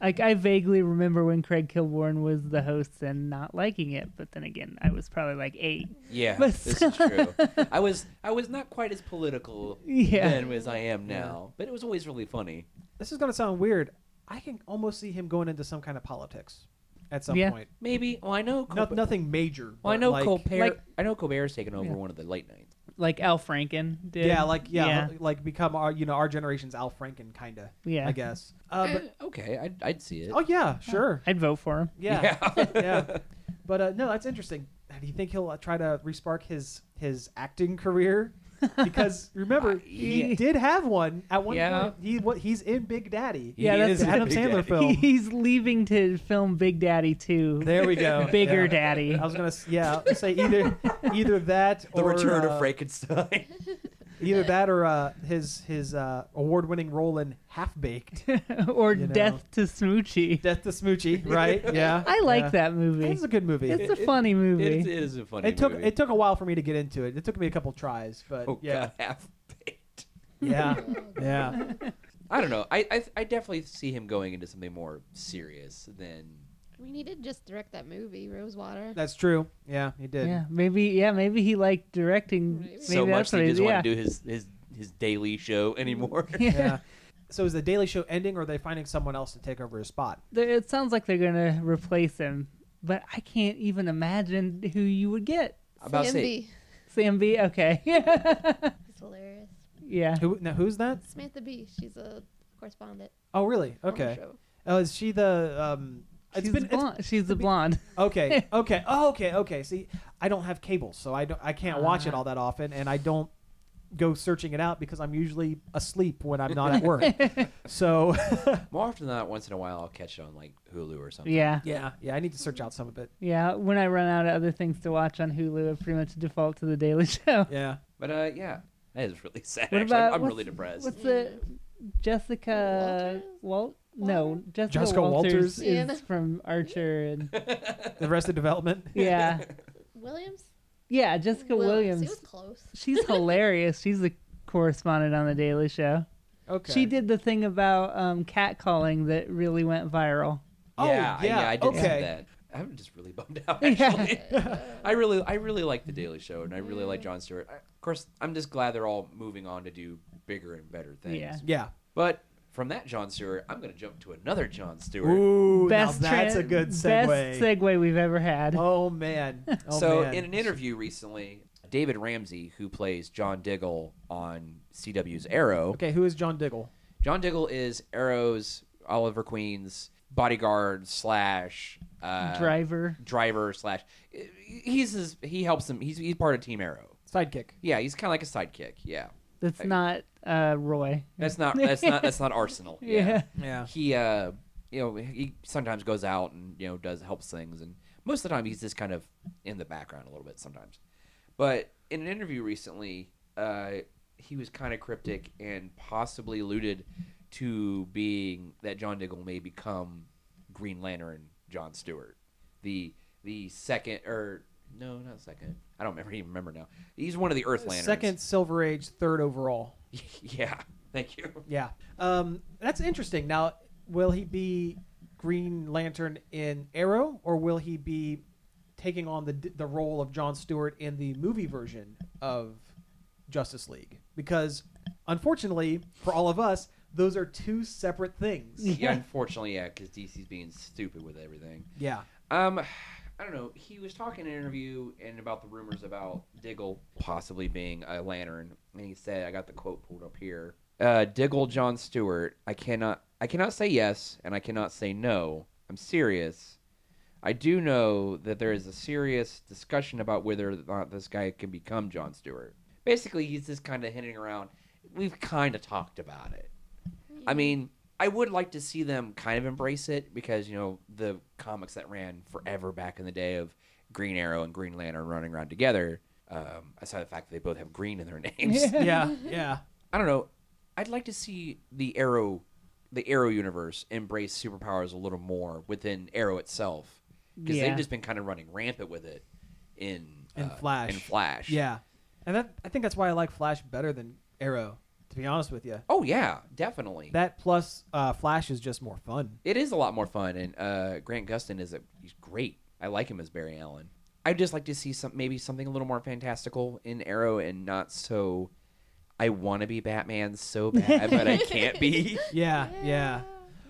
Like I vaguely remember when Craig Kilborn was the host and not liking it, but then again, I was probably like eight.
Yeah,
But
this
[LAUGHS]
is true. I was I was not quite as political
Yeah.
then as I am now, but it was always really funny.
This is going to sound weird. I can almost see him going into some kind of politics at some
Yeah.
point.
Maybe. Well, I know.
No,
Colbert,
nothing major.
well, I
but
know
like,
Colbert.
like-
I know Colbert's taken over
Yeah.
one of the late nights.
Like Al Franken did.
Yeah, like yeah,
yeah.
like become our you know our generation's Al Franken kind of.
Yeah.
I guess. Uh, but
Eh, okay, I'd, I'd see it.
oh yeah, sure.
I'd vote for him.
[LAUGHS]
Yeah, yeah. [LAUGHS] But uh, no, that's interesting. Do you think he'll uh, try to respark his his acting career? Because remember, he
yeah.
did have one at one
Yeah.
point. He what he's in Big Daddy.
Yeah,
He
that's
is
it.
Adam
Big
Sandler [LAUGHS] [LAUGHS]
Daddy.
film.
[LAUGHS] He's leaving to film Big Daddy 2.
there we go.
[LAUGHS] Bigger
Yeah. [LAUGHS]
Daddy.
I was gonna s- yeah I'll say either either that
The
or
Return
uh,
of Frankenstein. [LAUGHS]
either that or uh, his his uh, award winning role in Half Baked [LAUGHS]
or
you know.
Death to Smoochie.
Death to Smoochie
[LAUGHS]
right yeah
I like
yeah.
that movie.
it's a good movie
It's
it,
a
It- it-
funny movie.
it, it is a funny.
took
movie.
it took a while for me to get into it it took me a couple tries but
Oh
yeah
God, [LAUGHS] half baked.
yeah
[LAUGHS]
Oh,
yeah
I don't know. I, I I definitely see him going into something more serious than.
We need to just direct that movie, Rosewater.
That's true. Yeah, he did.
yeah, maybe yeah, maybe he liked directing.
Maybe.
Maybe
so much
that's
that
what
he doesn't
it is. Yeah.
want to do his his his daily show anymore.
Yeah.
[LAUGHS] Yeah. So is the Daily Show ending, or are they finding someone else to take over his spot?
They- It sounds like they're gonna replace him, but I can't even imagine who you would get.
About to
Sam
say,
B.
Sam B. Okay. [LAUGHS] yeah.
It's hilarious.
Who now? Who's that?
Samantha B. She's a correspondent.
Oh, really?
on the
Okay.
show.
Oh, is she the? Um, it's
She's
been it's-
blonde. She's the blonde. [LAUGHS]
okay. Okay. Oh, okay. Okay. See, I don't have cable, so I don't. I can't watch it
Uh-huh.
all that often, and I don't go searching it out because I'm usually asleep when I'm not at
[LAUGHS]
work. so
[LAUGHS] more often than not, once in a while, I'll catch it on like Hulu or something.
Yeah.
yeah, yeah. I need to search out some of it.
Yeah. When I run out of other things to watch on Hulu, I pretty much default to the Daily [LAUGHS] Show.
Yeah.
But uh, yeah, that is really [LAUGHS] sad.
What
actually, I'm-
about-
I'm,
what's-
really depressed.
What's the Jessica Walt? No, Jessica,
Jessica
Walters,
Walters?
is
Yeah.
from
[LAUGHS]
Archer and
The rest of development.
yeah,
Williams.
yeah. Jessica Williams.
It was close.
She's hilarious. She's the correspondent on the Daily Show.
Okay.
She did the thing about um, catcalling that really went viral.
Oh,
yeah, I-
yeah,
I, did see
okay.
that. I'm just really [LAUGHS] bummed out.
Yeah.
Actually, I really, I really like The Daily Show, and I really like Jon Stewart. I, of course, I'm just glad they're all moving on to do bigger and better things.
Yeah.
Yeah.
But from that Jon Stewart, I'm going to jump to another Jon Stewart.
Ooh, now
Best
that's
tran-
a good segue.
Best segue we've ever had.
Oh
[LAUGHS]
man. Oh,
so
man.
in an interview recently, David Ramsey, who plays John Diggle on CW's Arrow,
Okay, who is John Diggle?
John Diggle is Arrow's Oliver Queen's bodyguard slash uh,
Driver.
driver slash. He's his, he helps him. He's he's part of Team Arrow.
Sidekick.
Yeah, he's kind of like a sidekick. Yeah,
That's
I-
not uh, Roy.
that's not that's not that's not Arsenal.
[LAUGHS] Yeah.
Yeah.
he uh you know he sometimes goes out and you know does helps things and most of the time he's just kind of in the background a little bit sometimes but in an interview recently uh he was kind of cryptic and possibly alluded to being that john diggle may become green lantern john stewart the the second or no not second i don't remember, even remember now he's one of the earth lanterns
Second Silver Age, third overall.
[LAUGHS] yeah
[LAUGHS]
Thank you.
Yeah. Um, that's interesting. Now, will he be Green Lantern in Arrow, or will he be taking on the the role of John Stewart in the movie version of Justice League? Because, unfortunately, for all of us, those are two separate
[LAUGHS]
things.
Yeah, unfortunately, yeah, because DC's being stupid with everything.
Yeah.
Um, I don't know. He was talking in an interview and about the rumors about Diggle possibly being a lantern, and he said, "I got the quote pulled up here." Uh, Diggle John Stewart. I cannot. I cannot say yes, and I cannot say no. I'm serious. I do know that there is a serious discussion about whether or not this guy can become John Stewart. Basically, he's just kind of hinting around. We've kind of talked about it. I mean, I would like to see them kind of embrace it because you know the comics that ran forever back in the day of Green Arrow and Green Lantern running around together. Um, aside the fact that they both have green in their [LAUGHS] names,
Yeah. Yeah.
I don't know. I'd like to see the Arrow, the Arrow universe embrace superpowers a little more within Arrow itself because
Yeah.
they've just been kind of running rampant with it in
In
uh,
Flash.
In Flash,
Yeah. And that I think that's why I like Flash better than Arrow. To be honest with you,
Oh yeah, definitely.
that plus uh, Flash is just more fun.
It is a lot more fun, and uh, Grant Gustin is a he's great. I like him as Barry Allen. I'd just like to see some maybe something a little more fantastical in Arrow, and not so. I want to be Batman so bad, but I can't
[LAUGHS]
be.
Yeah. yeah.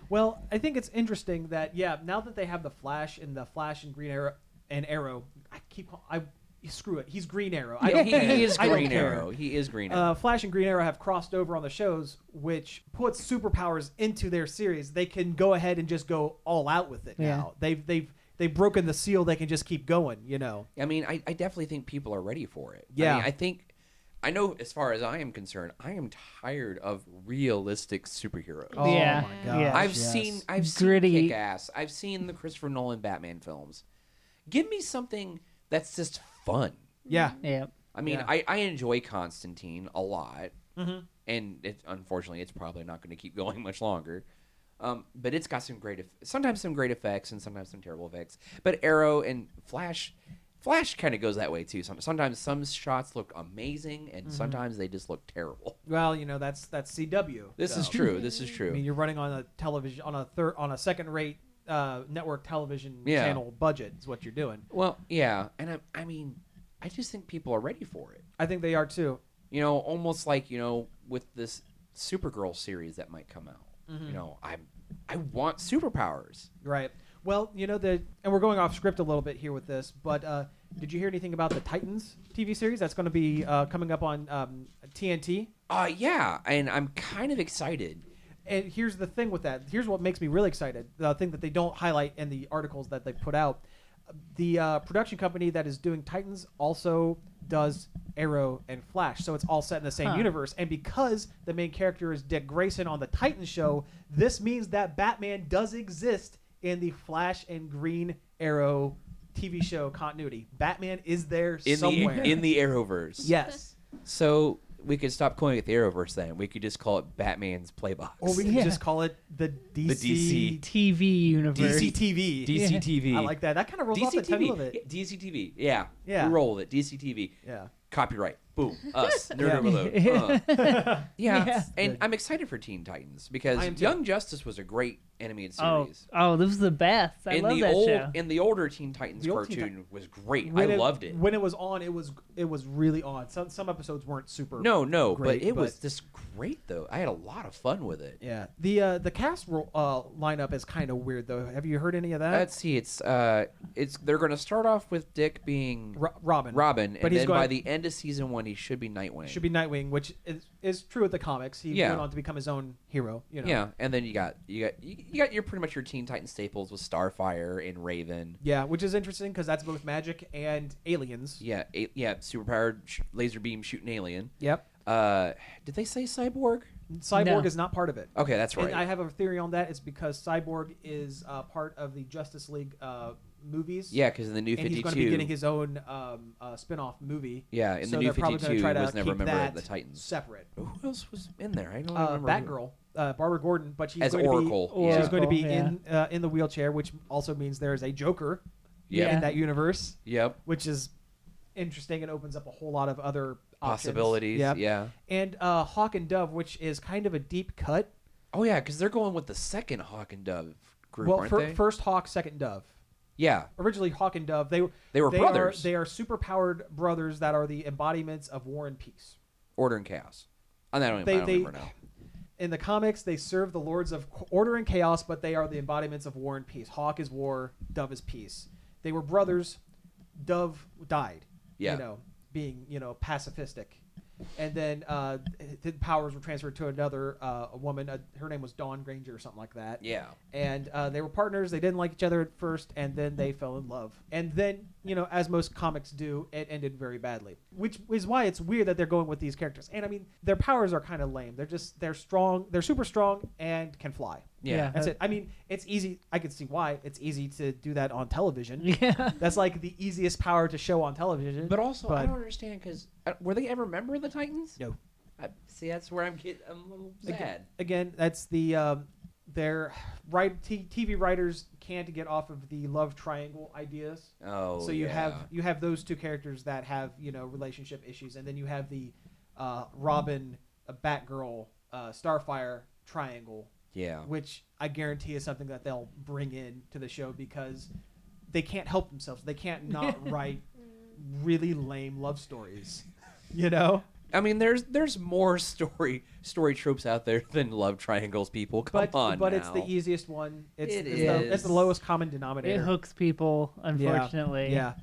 Well, I think it's interesting that yeah, now that they have the Flash and the Flash and Green Arrow and Arrow, I keep call- I screw it. He's Green Arrow. I
Yeah,
don't
he,
care.
he is
[LAUGHS] I don't
Green
care.
Arrow. He is Green Arrow.
Uh, Flash and Green Arrow have crossed over on the shows, which puts superpowers into their series. They can go ahead and just go all out with it
Yeah.
now. They've they've they've broken the seal. They can just keep going. You know.
I mean, I, I definitely think people are ready for it. I,
Yeah.
mean, I think, I know as far as I am concerned, I am tired of realistic superheroes.
Oh
Yeah.
my god.
Yeah.
I've seen I've seen
Gritty.
Kick Ass. I've seen the Christopher Nolan Batman films. Give me something that's just fun.
Yeah.
Yeah.
I mean,
Yeah. Mm-hmm.
I, I enjoy Constantine a lot, and it, unfortunately, it's probably not going to keep [LAUGHS] going much longer. Um, but it's got some great, eff- sometimes some great effects, and sometimes some terrible effects. But Arrow and Flash, Flash kind of goes that way too. Some, sometimes some shots look amazing, and
Mm-hmm.
sometimes they just look terrible. [LAUGHS]
Well, you know that's that's CW.
This is
so.
true. This is
I [LAUGHS]
true.
mean, you're running on a television on a third on a second rate uh, network television
Yeah.
channel budget is what you're doing.
Well, yeah, and I, I mean, I just think people are ready for it.
I think they are too.
you know, almost like you know, with this Supergirl series that might come out.
Mm-hmm.
You know, I I want superpowers.
Right. Well, you know the and we're going off script a little bit here with this, but uh, did you hear anything about the Titans TV series that's going to be uh, coming up on um, TNT?
Uh yeah, and I'm kind of excited.
And here's the thing with that. Here's what makes me really excited. The thing that they don't highlight in the articles that they put out. The uh, production company that is doing Titans also does Arrow and Flash, so it's all set in the same
Huh.
universe. And because the main character is Dick Grayson on the Titans show, this means that Batman does exist in the Flash and Green Arrow TV show continuity. Batman is there
In
somewhere.
the in the Arrowverse.
yes.
So we could stop calling it the Arrowverse then. We could just call it Batman's Playbox.
Or
[LAUGHS]
we [LAUGHS] can
Yeah.
just call it the DC,
DC.
TV universe.
DC TV.
DC TV.
I like that. That kind of rolls off the
DC
tongue
TV.
a little bit.
DC TV. Yeah.
Yeah.
We roll with it. DC TV.
[LAUGHS] Yeah.
Copyright.
[LAUGHS]
Boom. Us. Nerd
Yeah.
[LAUGHS]
overload. Uh. Yeah.
Yeah.
And I'm excited for Teen Titans because
I am too.
Young Justice was a great animated
Oh,
series.
oh, this was the best. I
and
love
the
that
old
show.
and the older Teen Titans
The old
cartoon
Teen
was great.
When
I loved it.
When it was on, it was it was really on. Some some episodes weren't super.
No, no,
Great,
but it
but-
was just great though. I had a lot of fun with it.
Yeah. The uh, the cast ro- uh, lineup is kind of weird though. Have you heard any of that?
Let's see, it's uh, it's they're gonna start off with Dick being
Ro- Robin.
Robin,
But
and
he's
then
going-
by the end of season one, he should be Nightwing.
should be Nightwing, which is, is true with the comics. He
Yeah.
went on to become his own hero. You know.
yeah. And then you got you got you, you got your pretty much your Teen Titan staples with Starfire and Raven.
Yeah, which is interesting because that's both magic and aliens.
Yeah, a, yeah, superpowered sh- laser beam shooting alien.
Yep.
Uh, did they say cyborg?
Cyborg
No.
is not part of it.
Okay, that's right.
And I have a theory on that. It's because Cyborg is uh, part of the Justice League uh, movies.
yeah, because in the new
and
Fifty
he's going to be getting
Two,
his own um, uh, spin-off movie.
Yeah, in the
so
new
they're probably gonna
52
try to
was never
keep
a member
that
of the Titans.
Separate.
Who else was in there? I don't
Uh,
remember. who.
Batgirl, uh, Barbara Gordon, but she's
As
going
Oracle,
to be,
yeah.
she's going to be
Oracle,
in uh, in the wheelchair, which also means there is a Joker
Yeah.
in that universe,
Yep.
which is interesting and opens up a whole lot of other options.
possibilities.
Yep.
Yeah.
And uh, Hawk and Dove, which is kind of a deep cut.
Oh yeah, because they're going with the second Hawk and Dove group,
well,
aren't
fir-
they?
first Hawk, second Dove.
yeah.
Originally Hawk and Dove, they
They were
are-
brothers.
they are super powered brothers that are the embodiments of war and peace.
Order and chaos. I don't,
They-
I don't
they-
remember now.
In the comics, they serve the lords of qu- order and chaos, but they are the embodiments of war and peace. Hawk is war, Dove is peace. They were brothers. Dove died.
Yeah.
You know, being you know pacifistic, and then uh, the powers were transferred to another uh, a woman. Uh, her name was Dawn Granger or something like that.
Yeah.
and uh, they were partners. They didn't like each other at first, and then they fell in love. And then, you know, as most comics do, it ended very badly, which is why it's weird that they're going with these characters. And I mean, their powers are kind of lame. They're just they're strong. They're super strong and can fly.
Yeah.
That's it. I mean, it's easy. I can see why it's easy to do that on
[LAUGHS]
television.
[LAUGHS] Yeah.
That's like the easiest power to show on television.
But also, I
But-
don't understand because were they ever member of the Titans?
No.
I, see, that's where I'm getting I'm a little sad.
Again- again, that's the um, their right t- TV writers can't get off of the love triangle ideas.
Oh.
so you
yeah.
have you have those two characters that have you know relationship issues, and then you have the uh, Robin, uh, Batgirl, uh, Starfire triangle,
Yeah.
which I guarantee is something that they'll bring in to the show because they can't help themselves. They
[LAUGHS]
can't not write
Mm.
really lame love stories, you know.
I mean, there's there's more [LAUGHS] story story tropes out there than love triangles. People, come
But
on.
but it's the
now.
easiest one. It's,
It
it's The, it's
is.
the lowest common
It
denominator.
hooks people,
Yeah,
unfortunately.
Yeah.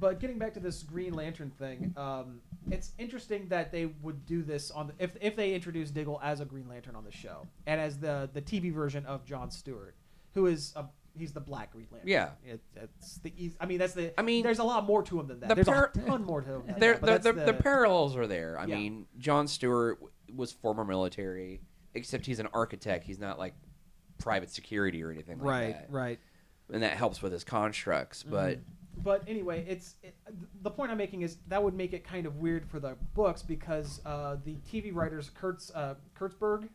But getting back to this Green Lantern thing, um, it's interesting that they would do this on the, if if they introduce Diggle as a Green Lantern on the show and as the the TV version of John Stewart, who is a he's the Black Green Lantern.
Yeah.
it, it's the eas- I mean that's the
I mean,
there's a lot more to him than that.
the
There's
par-
a ton more to him. Than
They're-
that, but
the,
that's
the, the parallels are there. I
Yeah.
mean, John Stewart w- was former military, except he's an architect. He's not like private security or anything like
right, Mm-hmm.
that.
right.
And that helps with his constructs. But
but anyway, it's it, the point I'm making is that would make it kind of weird for the books because uh, the TV writers Kurtz uh, Kurtzberg,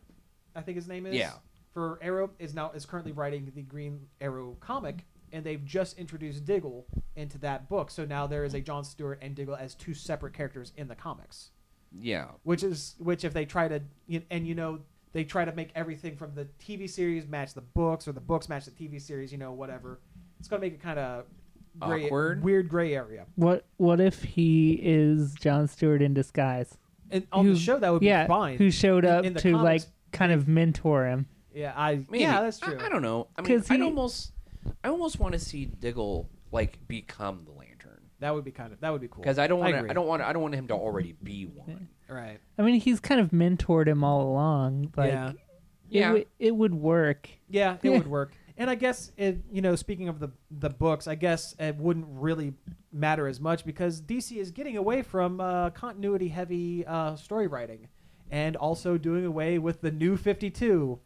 I think his name is
Yeah.
for Arrow is now is currently writing the Green Arrow comic, and they've just introduced Diggle into that book. So now there is a John Stewart and Diggle as two separate characters in the comics
yeah,
which is which if they try to you- and you know they try to make everything from the TV series match the books or the books match the TV series, you know, whatever. It's going to make it kind of gray,
Awkward?
weird gray area.
What What if he is John Stewart in disguise?
And on
Who-
the show that would
yeah,
be fine.
Who showed
In-
up
in the
to
comics-
like kind of mentor him?
yeah, I
maybe.
yeah, that's
I-
true.
I, don't know. I mean,
'Cause
I
he-
almost I almost want to see Diggle like become the Lantern
that would be kind of that would be cool.
because I don't want
agree.
I, don't want I don't want him to already be
[LAUGHS]
one.
right.
I mean, he's kind of mentored him all along. Like,
yeah.
It,
Yeah.
would- it would work.
Yeah, it
Yeah.
would work. And I guess it, you know, speaking of the the books, I guess it wouldn't really matter as much because DC is getting away from uh, continuity heavy uh, story writing, and also doing away with the new Fifty Two.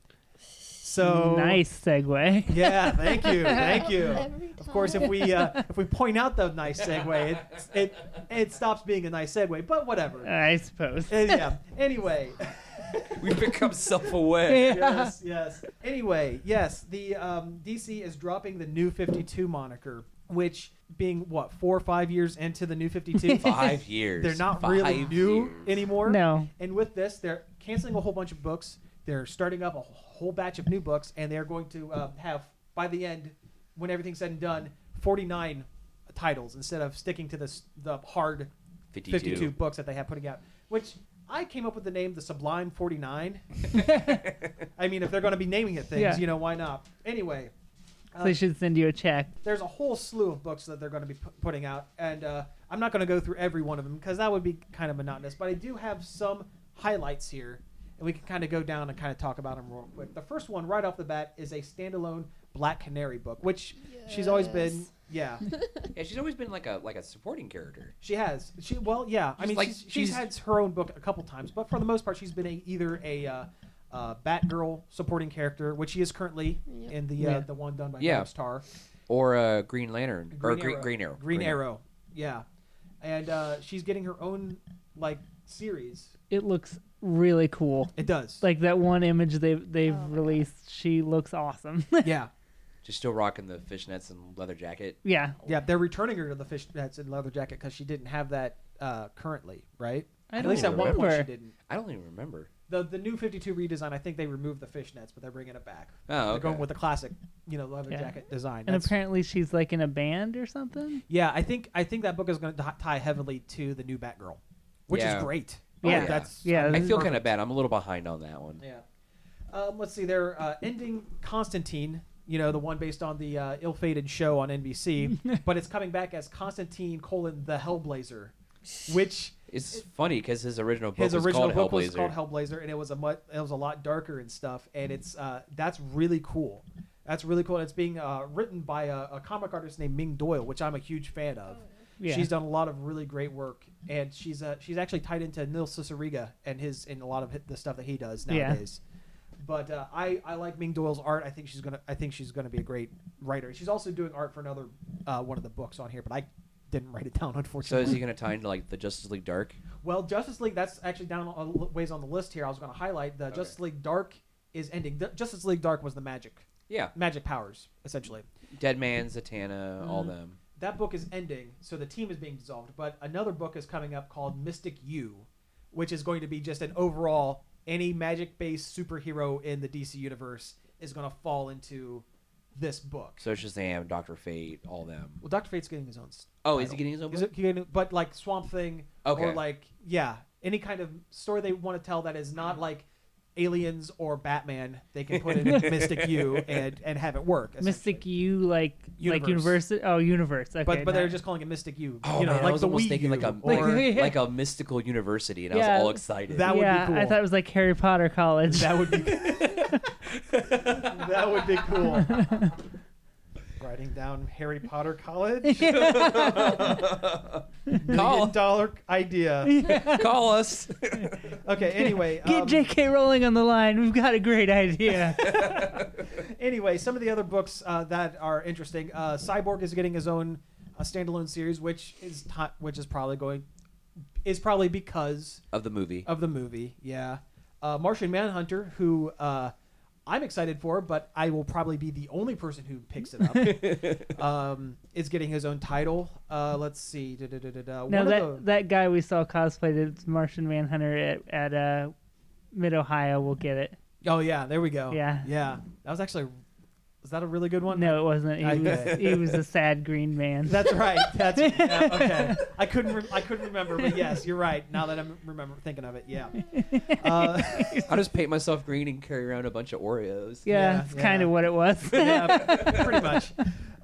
So
nice segue.
Yeah, thank you, thank you.
[LAUGHS] Every
Of course, if
time.
we uh, if we point out the nice segue, it, it it stops being a nice segue. But whatever.
I suppose.
Uh, yeah. Anyway. [LAUGHS]
We've become self
[LAUGHS]
aware.
yes, yes. Anyway, yes, the um, DC is dropping the new 52 moniker, which being what four or five years into the new 52,
[LAUGHS] Five
[LAUGHS]
years.
they're not
Five
really new
years.
anymore.
No.
And with this, they're canceling a whole bunch of books. They're starting up a whole batch of new books, and they're going to uh, have by the end, when everything's said and done, 49 titles instead of sticking to this the hard
52.
52. books that they have putting out, which I came up with the name The Sublime
[LAUGHS]
49. I mean, if they're going to be naming it things,
Yeah.
you know, why not? Anyway, Uh,
So they should send you a check.
there's a whole slew of books that they're going to be pu- putting out, and uh, I'm not going to go through every one of them because that would be kind of monotonous, but I do have some highlights here, and we can kind of go down and kind of talk about them real quick. The first one, right off the bat, is a standalone Black Canary book, which she's always been.
Yes.
Yeah,
Yeah, she's always been like a like a supporting character.
She has. She well, yeah. I
She's
mean,
like-
she's, she's
she's-
had her own book a couple times, but for the most part, she's been a, either a uh, uh, Batgirl supporting character, which she is currently
Yep.
in the
Yeah.
uh, the one done by
Yeah.
yeah. Star,
Or a Green Lantern. or Green, Green Arrow.
Green, Arrow. Yeah, and uh, she's getting her own like series.
It looks really cool.
It does.
Like that one image they they've
Oh my God.
released. She looks awesome. [LAUGHS]
yeah,
Just still rocking the fishnets and leather jacket.
yeah.
yeah. They're returning her to the fishnets and leather jacket because she didn't have that uh, currently, right?
I
At
don't
least at one point she
remember.
didn't.
I don't even remember.
The the new 52 redesign, I think they removed the fishnets, but they're bringing it back.
Oh,
They're
okay.
going with the classic, you know, leather
Yeah.
jacket design.
And
That's-
apparently she's like in a band or something.
yeah, I think I think that book is going to tie heavily to the new Batgirl, which
Yeah.
is great.
Oh, Yeah.
that's
yeah.
mean,
I feel
perfect.
kind of bad. I'm a little behind on that one.
Yeah. Um, let's see. They're uh, ending Constantine. You know, the one based on the uh, ill-fated show on
[LAUGHS]
NBC, but it's coming back as Constantine colon the Hellblazer, which
It's funny because his original book
his
was
original
called
book
Hellblazer.
was called Hellblazer, and it was a mu- it was a lot darker and stuff. And it's uh, that's really cool. That's really cool. And it's being uh, written by a, a comic artist named Ming Doyle, which I'm a huge fan of.
Oh, Yeah.
She's done a lot of really great work, and she's uh, she's actually tied into Neil Cicerega and his and a lot of hi- the stuff that he does
Yeah.
nowadays. But uh, I I like Ming Doyle's art. I think she's gonna I think she's gonna be a great writer. She's also doing art for another uh, one of the books on here, but I didn't write it down [LAUGHS]
So
unfortunately.
is he going to tie into like the Justice League Dark?
Well, Justice League, that's actually down a l- ways on the list here. I was going to highlight the
Okay.
Justice League Dark is ending. The- Justice League Dark was the magic,
Yeah,
magic powers essentially.
Dead Man, Zatanna, all
Mm-hmm.
Mhm.
them.
That book is ending, so the team is being dissolved. But another book is coming up called Mystic U, which is going to be just an overall any magic-based superhero in the DC universe is going to fall into this book.
So Shazam, Doctor Fate, all them.
Well, Doctor Fate's getting his own. s-
Oh, is
title.
he getting his own
Is
book?
it- you know, but like Swamp Thing, or
Okay.
like yeah, any kind of story they want to tell that is not like aliens or Batman, they can
[LAUGHS]
put in Mystic U and and have it work.
Mystic
essentially.
U like like
Universe.
university. Oh, universe. Okay.
but but they're
not-
just calling it Mystic U.
Oh
you know,
man,
like
I was
the
almost
Wii
thinking
U
like a
[LAUGHS] or-
like, like a mystical university, and I
Yeah.
was all excited. [LAUGHS]
That would be
yeah, I
cool.
thought it was like Harry Potter College.
that
[LAUGHS]
would be that would be cool.
[LAUGHS]
Writing down Harry Potter
[LAUGHS]
College, [LAUGHS] million
call
dollar
[LAUGHS]
idea.
call us.
Okay, anyway,
Get
um,
J.K. Rowling on the line. We've got a great idea.
anyway, some of the other books uh, that are interesting. Uh, Cyborg is getting his own uh, standalone series, which is ti which is probably going is probably because
of
[LAUGHS]
the movie.
of the movie. Yeah, uh, Martian Manhunter, who uh, I'm excited for, but I will probably be the only person who picks it up. um, is getting his own title. Uh, let's see. Da, da, da, da, da.
now
One
that
of the,
that guy we saw cosplayed as Martian Manhunter at, at uh, Mid Ohio will get it.
oh yeah, there we go.
Yeah.
yeah. That was actually was that a really good one?
No, it wasn't. He
Okay. [LAUGHS]
was he was a sad green man.
That's right. That's yeah, okay. I couldn't. Re- I couldn't remember, but yes, you're right. Now that I'm remember thinking of it, yeah. Uh, [LAUGHS]
I just paint myself green and carry around a bunch of Oreos.
yeah,
yeah,
that's
yeah.
kind of what it was.
[LAUGHS] yeah, pretty much.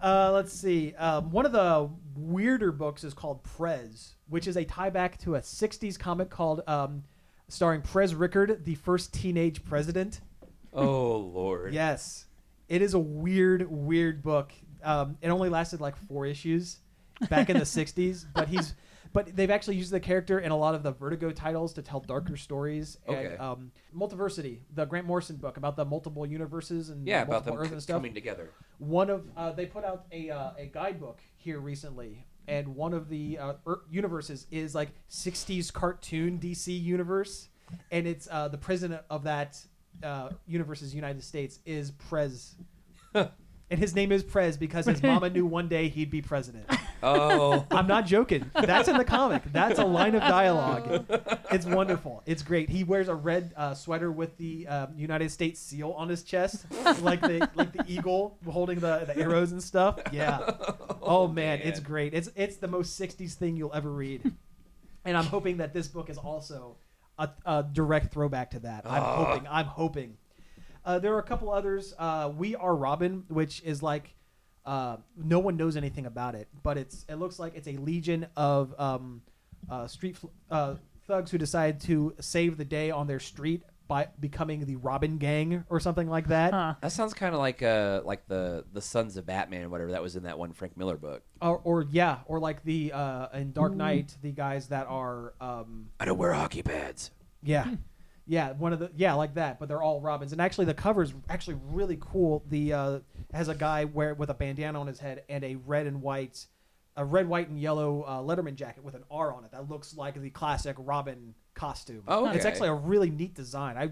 Uh, let's see. Um, one of the weirder books is called Prez, which is a tie back to a '60s comic called um, starring Prez Rickard, the first teenage president.
Oh lord.
Yes, it is a weird, weird book. Um, it only lasted like four issues back
[LAUGHS]
in the '60s, but he's but they've actually used the character in a lot of the Vertigo titles to tell darker stories.
Okay.
And, um, Multiversity, the Grant Morrison book about the multiple universes and
Yeah, about
multiple
them
Earths
co-
and stuff
coming together.
one of uh, they put out a uh, a guidebook here recently, and one of the uh, er- universes is like '60s cartoon DC universe, and it's uh, the president of that uh, universe's United States is Prez, and his name is Prez because his mama knew one day he'd be president.
Oh. [LAUGHS]
I'm not joking. That's in the comic. That's a line of dialogue. It's wonderful. It's great. He wears a red uh, sweater with the um, United States seal on his chest, like the like the eagle holding the, the arrows and stuff. Yeah. Oh, man, it's
man.
great. It's it's the most '60s thing you'll ever read, and I'm hoping that this book is also a, a direct throwback to that. I'm
Ah.
hoping. I'm hoping. Uh, there are a couple others. Uh, we Are Robin, which is like uh, no one knows anything about it, but it's it looks like it's a legion of um, uh, street fl- uh, thugs who decide to save the day on their street by becoming the Robin Gang or something like that.
Huh.
That sounds kind of like uh like the the Sons of Batman or whatever that was in that one Frank Miller book.
Or, or yeah, or like the uh, in Dark Knight, the guys that are um,
I don't wear hockey pads.
Yeah.
Hmm.
Yeah, one of the yeah, like that, but they're all robins. And actually the cover is actually really cool. The uh has a guy wear with a bandana on his head and a red and white a red, white and yellow uh, letterman jacket with an R on it that looks like the classic Robin costume.
Oh,
It's
okay.
actually a really neat design. I,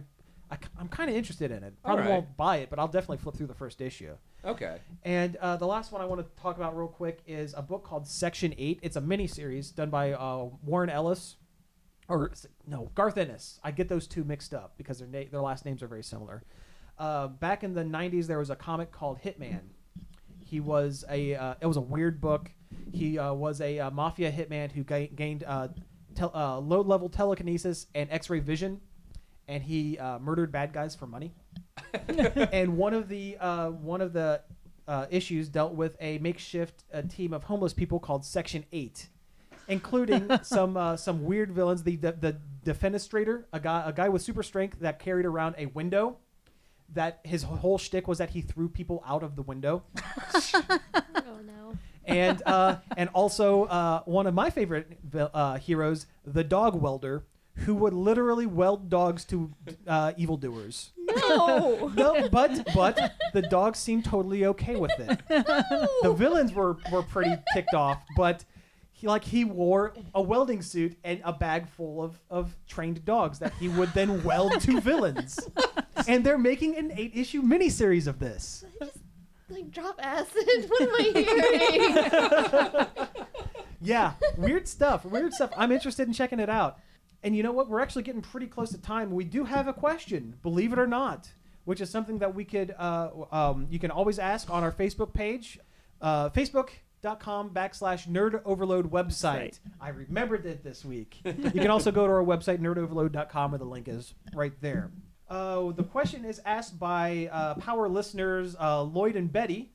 I am kind of interested in it.
All
Probably
right.
won't buy it, but I'll definitely flip through the first issue.
Okay.
And uh, the last one I want to talk about real quick is a book called Section Eight. It's a mini series done by uh, Warren Ellis, or s- no, Garth Ennis. I get those two mixed up because their na- their last names are very similar. Uh, back in the '90s, there was a comic called Hitman. He was a uh, it was a weird book. He uh, was a uh, mafia hitman who ga- gained uh, tel- uh, low level telekinesis and X ray vision, and he uh, murdered bad guys for money. and one of the uh, one of the uh, issues dealt with a makeshift uh, team of homeless people called Section Eight, including some uh, some weird villains. The the, the defenestrator, a guy a guy with super strength that carried around a window. That his whole shtick was that he threw people out of the window,
Oh no.
and uh, and also uh, one of my favorite vil- uh, heroes, the dog welder, who would literally weld dogs to uh, evildoers.
No.
[LAUGHS] No, but but the dogs seemed totally okay with it. The villains were were pretty ticked off, but he like he wore a welding suit and a bag full of of trained dogs that he would then weld to villains. And they're making an eight issue miniseries of this.
like drop acid. [LAUGHS] What am I hearing?
[LAUGHS] Yeah, weird stuff. Weird stuff. I'm interested in checking it out. And you know what? We're actually getting pretty close to time. We do have a question, believe it or not, which is something that we could, uh, um, you can always ask on our Facebook page, uh, facebook.com backslash nerd overload website. I remembered it this week. [LAUGHS] you can also go to our website, nerdoverload.com, where the link is right there. Uh, the question is asked by uh, power listeners uh, Lloyd and Betty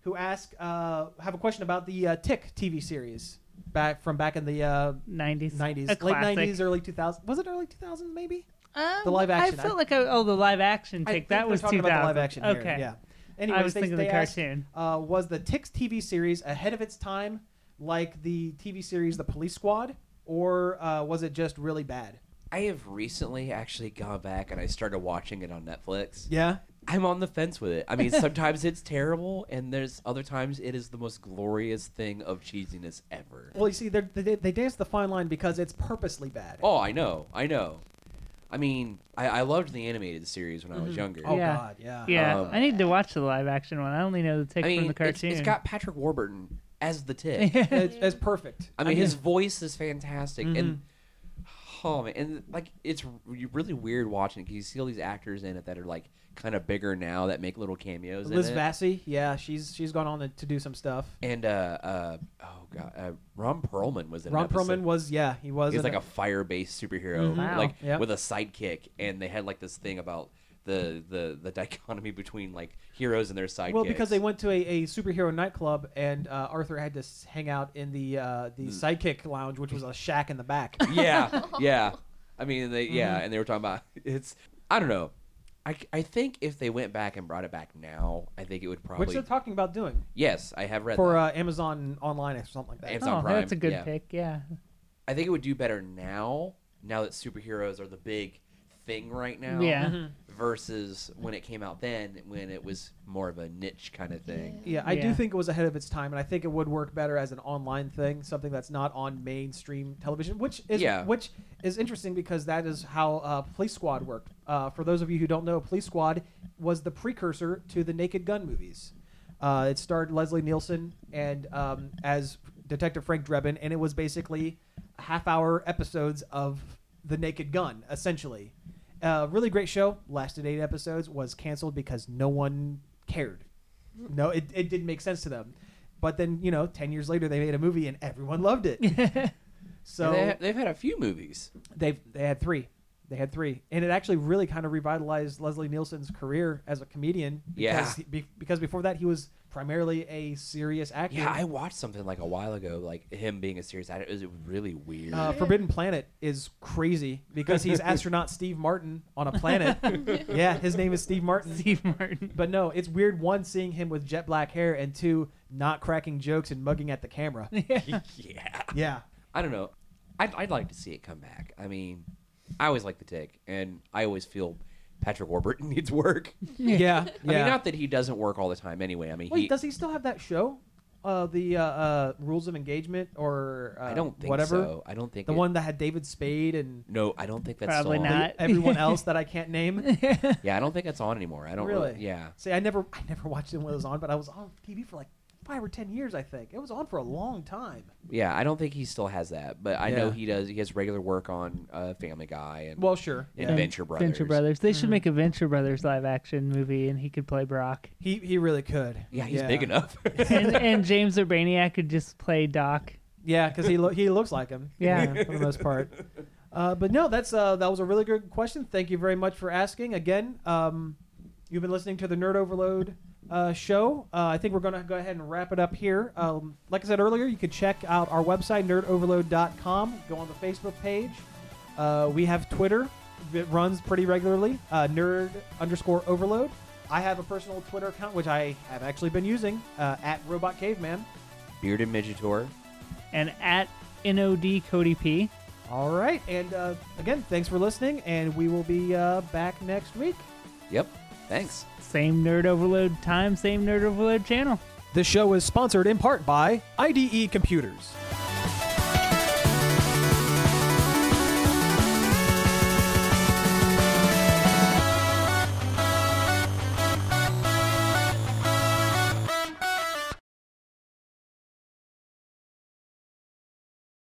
who ask uh, have a question about the uh, Tick TV series back from back in the uh,
90s.
90s,
A
late
classic.
90s, early 2000s. Was it early 2000s maybe?
Um,
The live action.
I felt like I, oh, the live action
I
tick.
think
That
they're
was
talking
2000.
about the live action. here,
okay.
yeah. Anyways,
I was
they,
thinking
they
the
asked,
cartoon.
uh, was the Tick's TV series ahead of its time, like the TV series The Police Squad, or uh, was it just really bad?
I have recently actually gone back and I started watching it on Netflix.
Yeah.
I'm on the fence with it. I [LAUGHS] mean, sometimes it's terrible, and there's other times it is the most glorious thing of cheesiness ever.
Well, you see, they're- they they dance the fine line because it's purposely bad.
Oh, I know, I know. I mean, I, I loved the animated series when I was younger.
Oh,
Yeah.
God, yeah.
Yeah,
Um,
I need to watch the live action one. I only know the tick
I mean,
from the
it's-
cartoon.
it's
[LAUGHS]
got Patrick Warburton as the tick.
It's, it's perfect.
I mean, his voice is fantastic, and
Mm-hmm.
oh man, and like it's r- really weird watching because you see all these actors in it that are like kind of bigger now that make little cameos.
Liz
in it.
Vassy, yeah, she's she's gone on to, to do some stuff.
and uh, uh, oh god, uh, Ron Perlman was in. an
Ron
episode.
Perlman was, yeah, he was.
He was
in Mm-hmm.
like a fire-based superhero,
Wow.
like
Yep.
with a sidekick, and they had like this thing about the the the dichotomy between like heroes and their sidekicks.
Well, because they went to a, a superhero nightclub, and uh, Arthur had to s- hang out in the uh, the
Mm.
sidekick lounge, which was a shack in the
[LAUGHS]
back.
yeah, yeah. I mean, they yeah, and they were talking about it's. I don't know. I, I think if they went back and brought it back now, I think it would probably.
Which they're talking about doing
yes, I have read
for
that.
uh, Amazon Online or something like that.
Amazon- it's
oh,
on Prime,
that's a good
yeah.
pick. Yeah.
I think it would do better now. Now that superheroes are the big thing right now.
Yeah. [LAUGHS]
Versus when it came out then, when it was more of a niche kind of thing.
yeah, I do
Yeah.
think it was ahead of its time, and I think it would work better as an online thing, something that's not on mainstream television, which is
Yeah.
which is interesting because that is how uh, Police Squad worked. Uh, for those of you who don't know, Police Squad was the precursor to the Naked Gun movies. Uh, it starred Leslie Nielsen and um, as Detective Frank Drebin, and it was basically half-hour episodes of the Naked Gun, essentially. Uh, really great show. Lasted eight episodes. Was canceled because no one cared. No, it, it didn't make sense to them. But then, you know, 10 years later, they made a movie and everyone loved it.
[LAUGHS]
so
And they, they've had a few movies.
they've they had three. They had three, and it actually really kind of revitalized Leslie Nielsen's career as a comedian. Because
Yeah.
he- be, because before that, he was primarily a serious actor. Uh,
Yeah, I watched something like a while ago, like him being a serious actor. It was really weird.
uh, Forbidden Planet is crazy because he's astronaut Steve Martin on a
[LAUGHS]
planet. yeah, his name is Steve Martin. [LAUGHS]
Steve Martin.
But no, it's weird. One, seeing him with jet black hair, and two, not cracking jokes and mugging at the
[LAUGHS]
camera.
[LAUGHS] yeah.
yeah,
I don't know. I'd, I'd like to see it come back. I mean, I always like the tick, and I always feel Patrick Warburton [LAUGHS] needs work.
yeah, yeah.
I mean, not that he doesn't work all the time anyway. I mean,
Wait,
he,
does he still have that show? Uh, the uh, uh, rules of engagement or uh,
I don't think
whatever.
so. I don't think
The
it-
one that had David Spade and
No, I don't think that's
Probably
still on. [LAUGHS]
not.
[LAUGHS] everyone else that I can't [LAUGHS] name.
Yeah, I don't think that's on anymore. I don't
really?
really. Yeah.
See, I never, I never watched it when it was on, but I was on TV for like five or ten years, I think. It was on for a long time.
Yeah, I don't think he still has that, but I know
Yeah.
he does. He has regular work on uh, Family Guy and
Well, sure.
and
Yeah.
Venture Brothers.
Venture Brothers. They should make a Venture Brothers live action movie, and he could play Brock.
He he really could.
Yeah, he's
[LAUGHS]
big enough.
and, and James Urbaniak could just play Doc.
Yeah, because he lo- he looks like him.
Yeah.
for the most part. Uh, but no, that's uh, that was a really good question. Thank you very much for asking. Again, um, you've been listening to the Nerd Overload uh, show. Uh, I think we're going to go ahead and wrap it up here. Um, like I said earlier, you can check out our website nerdoverload.com. Go on the Facebook page. Uh, we have Twitter that runs pretty regularly. Uh, nerd underscore Overload. I have a personal Twitter account which I have actually been using uh, at Robot Caveman.
Bearded Midgetour.
And at NOD Cody P.
All right. And uh, again, thanks for listening, and we will be uh, back next week.
Yep. Thanks.
Same Nerd Overload time, same Nerd Overload channel.
This show is sponsored in part by IDE Computers.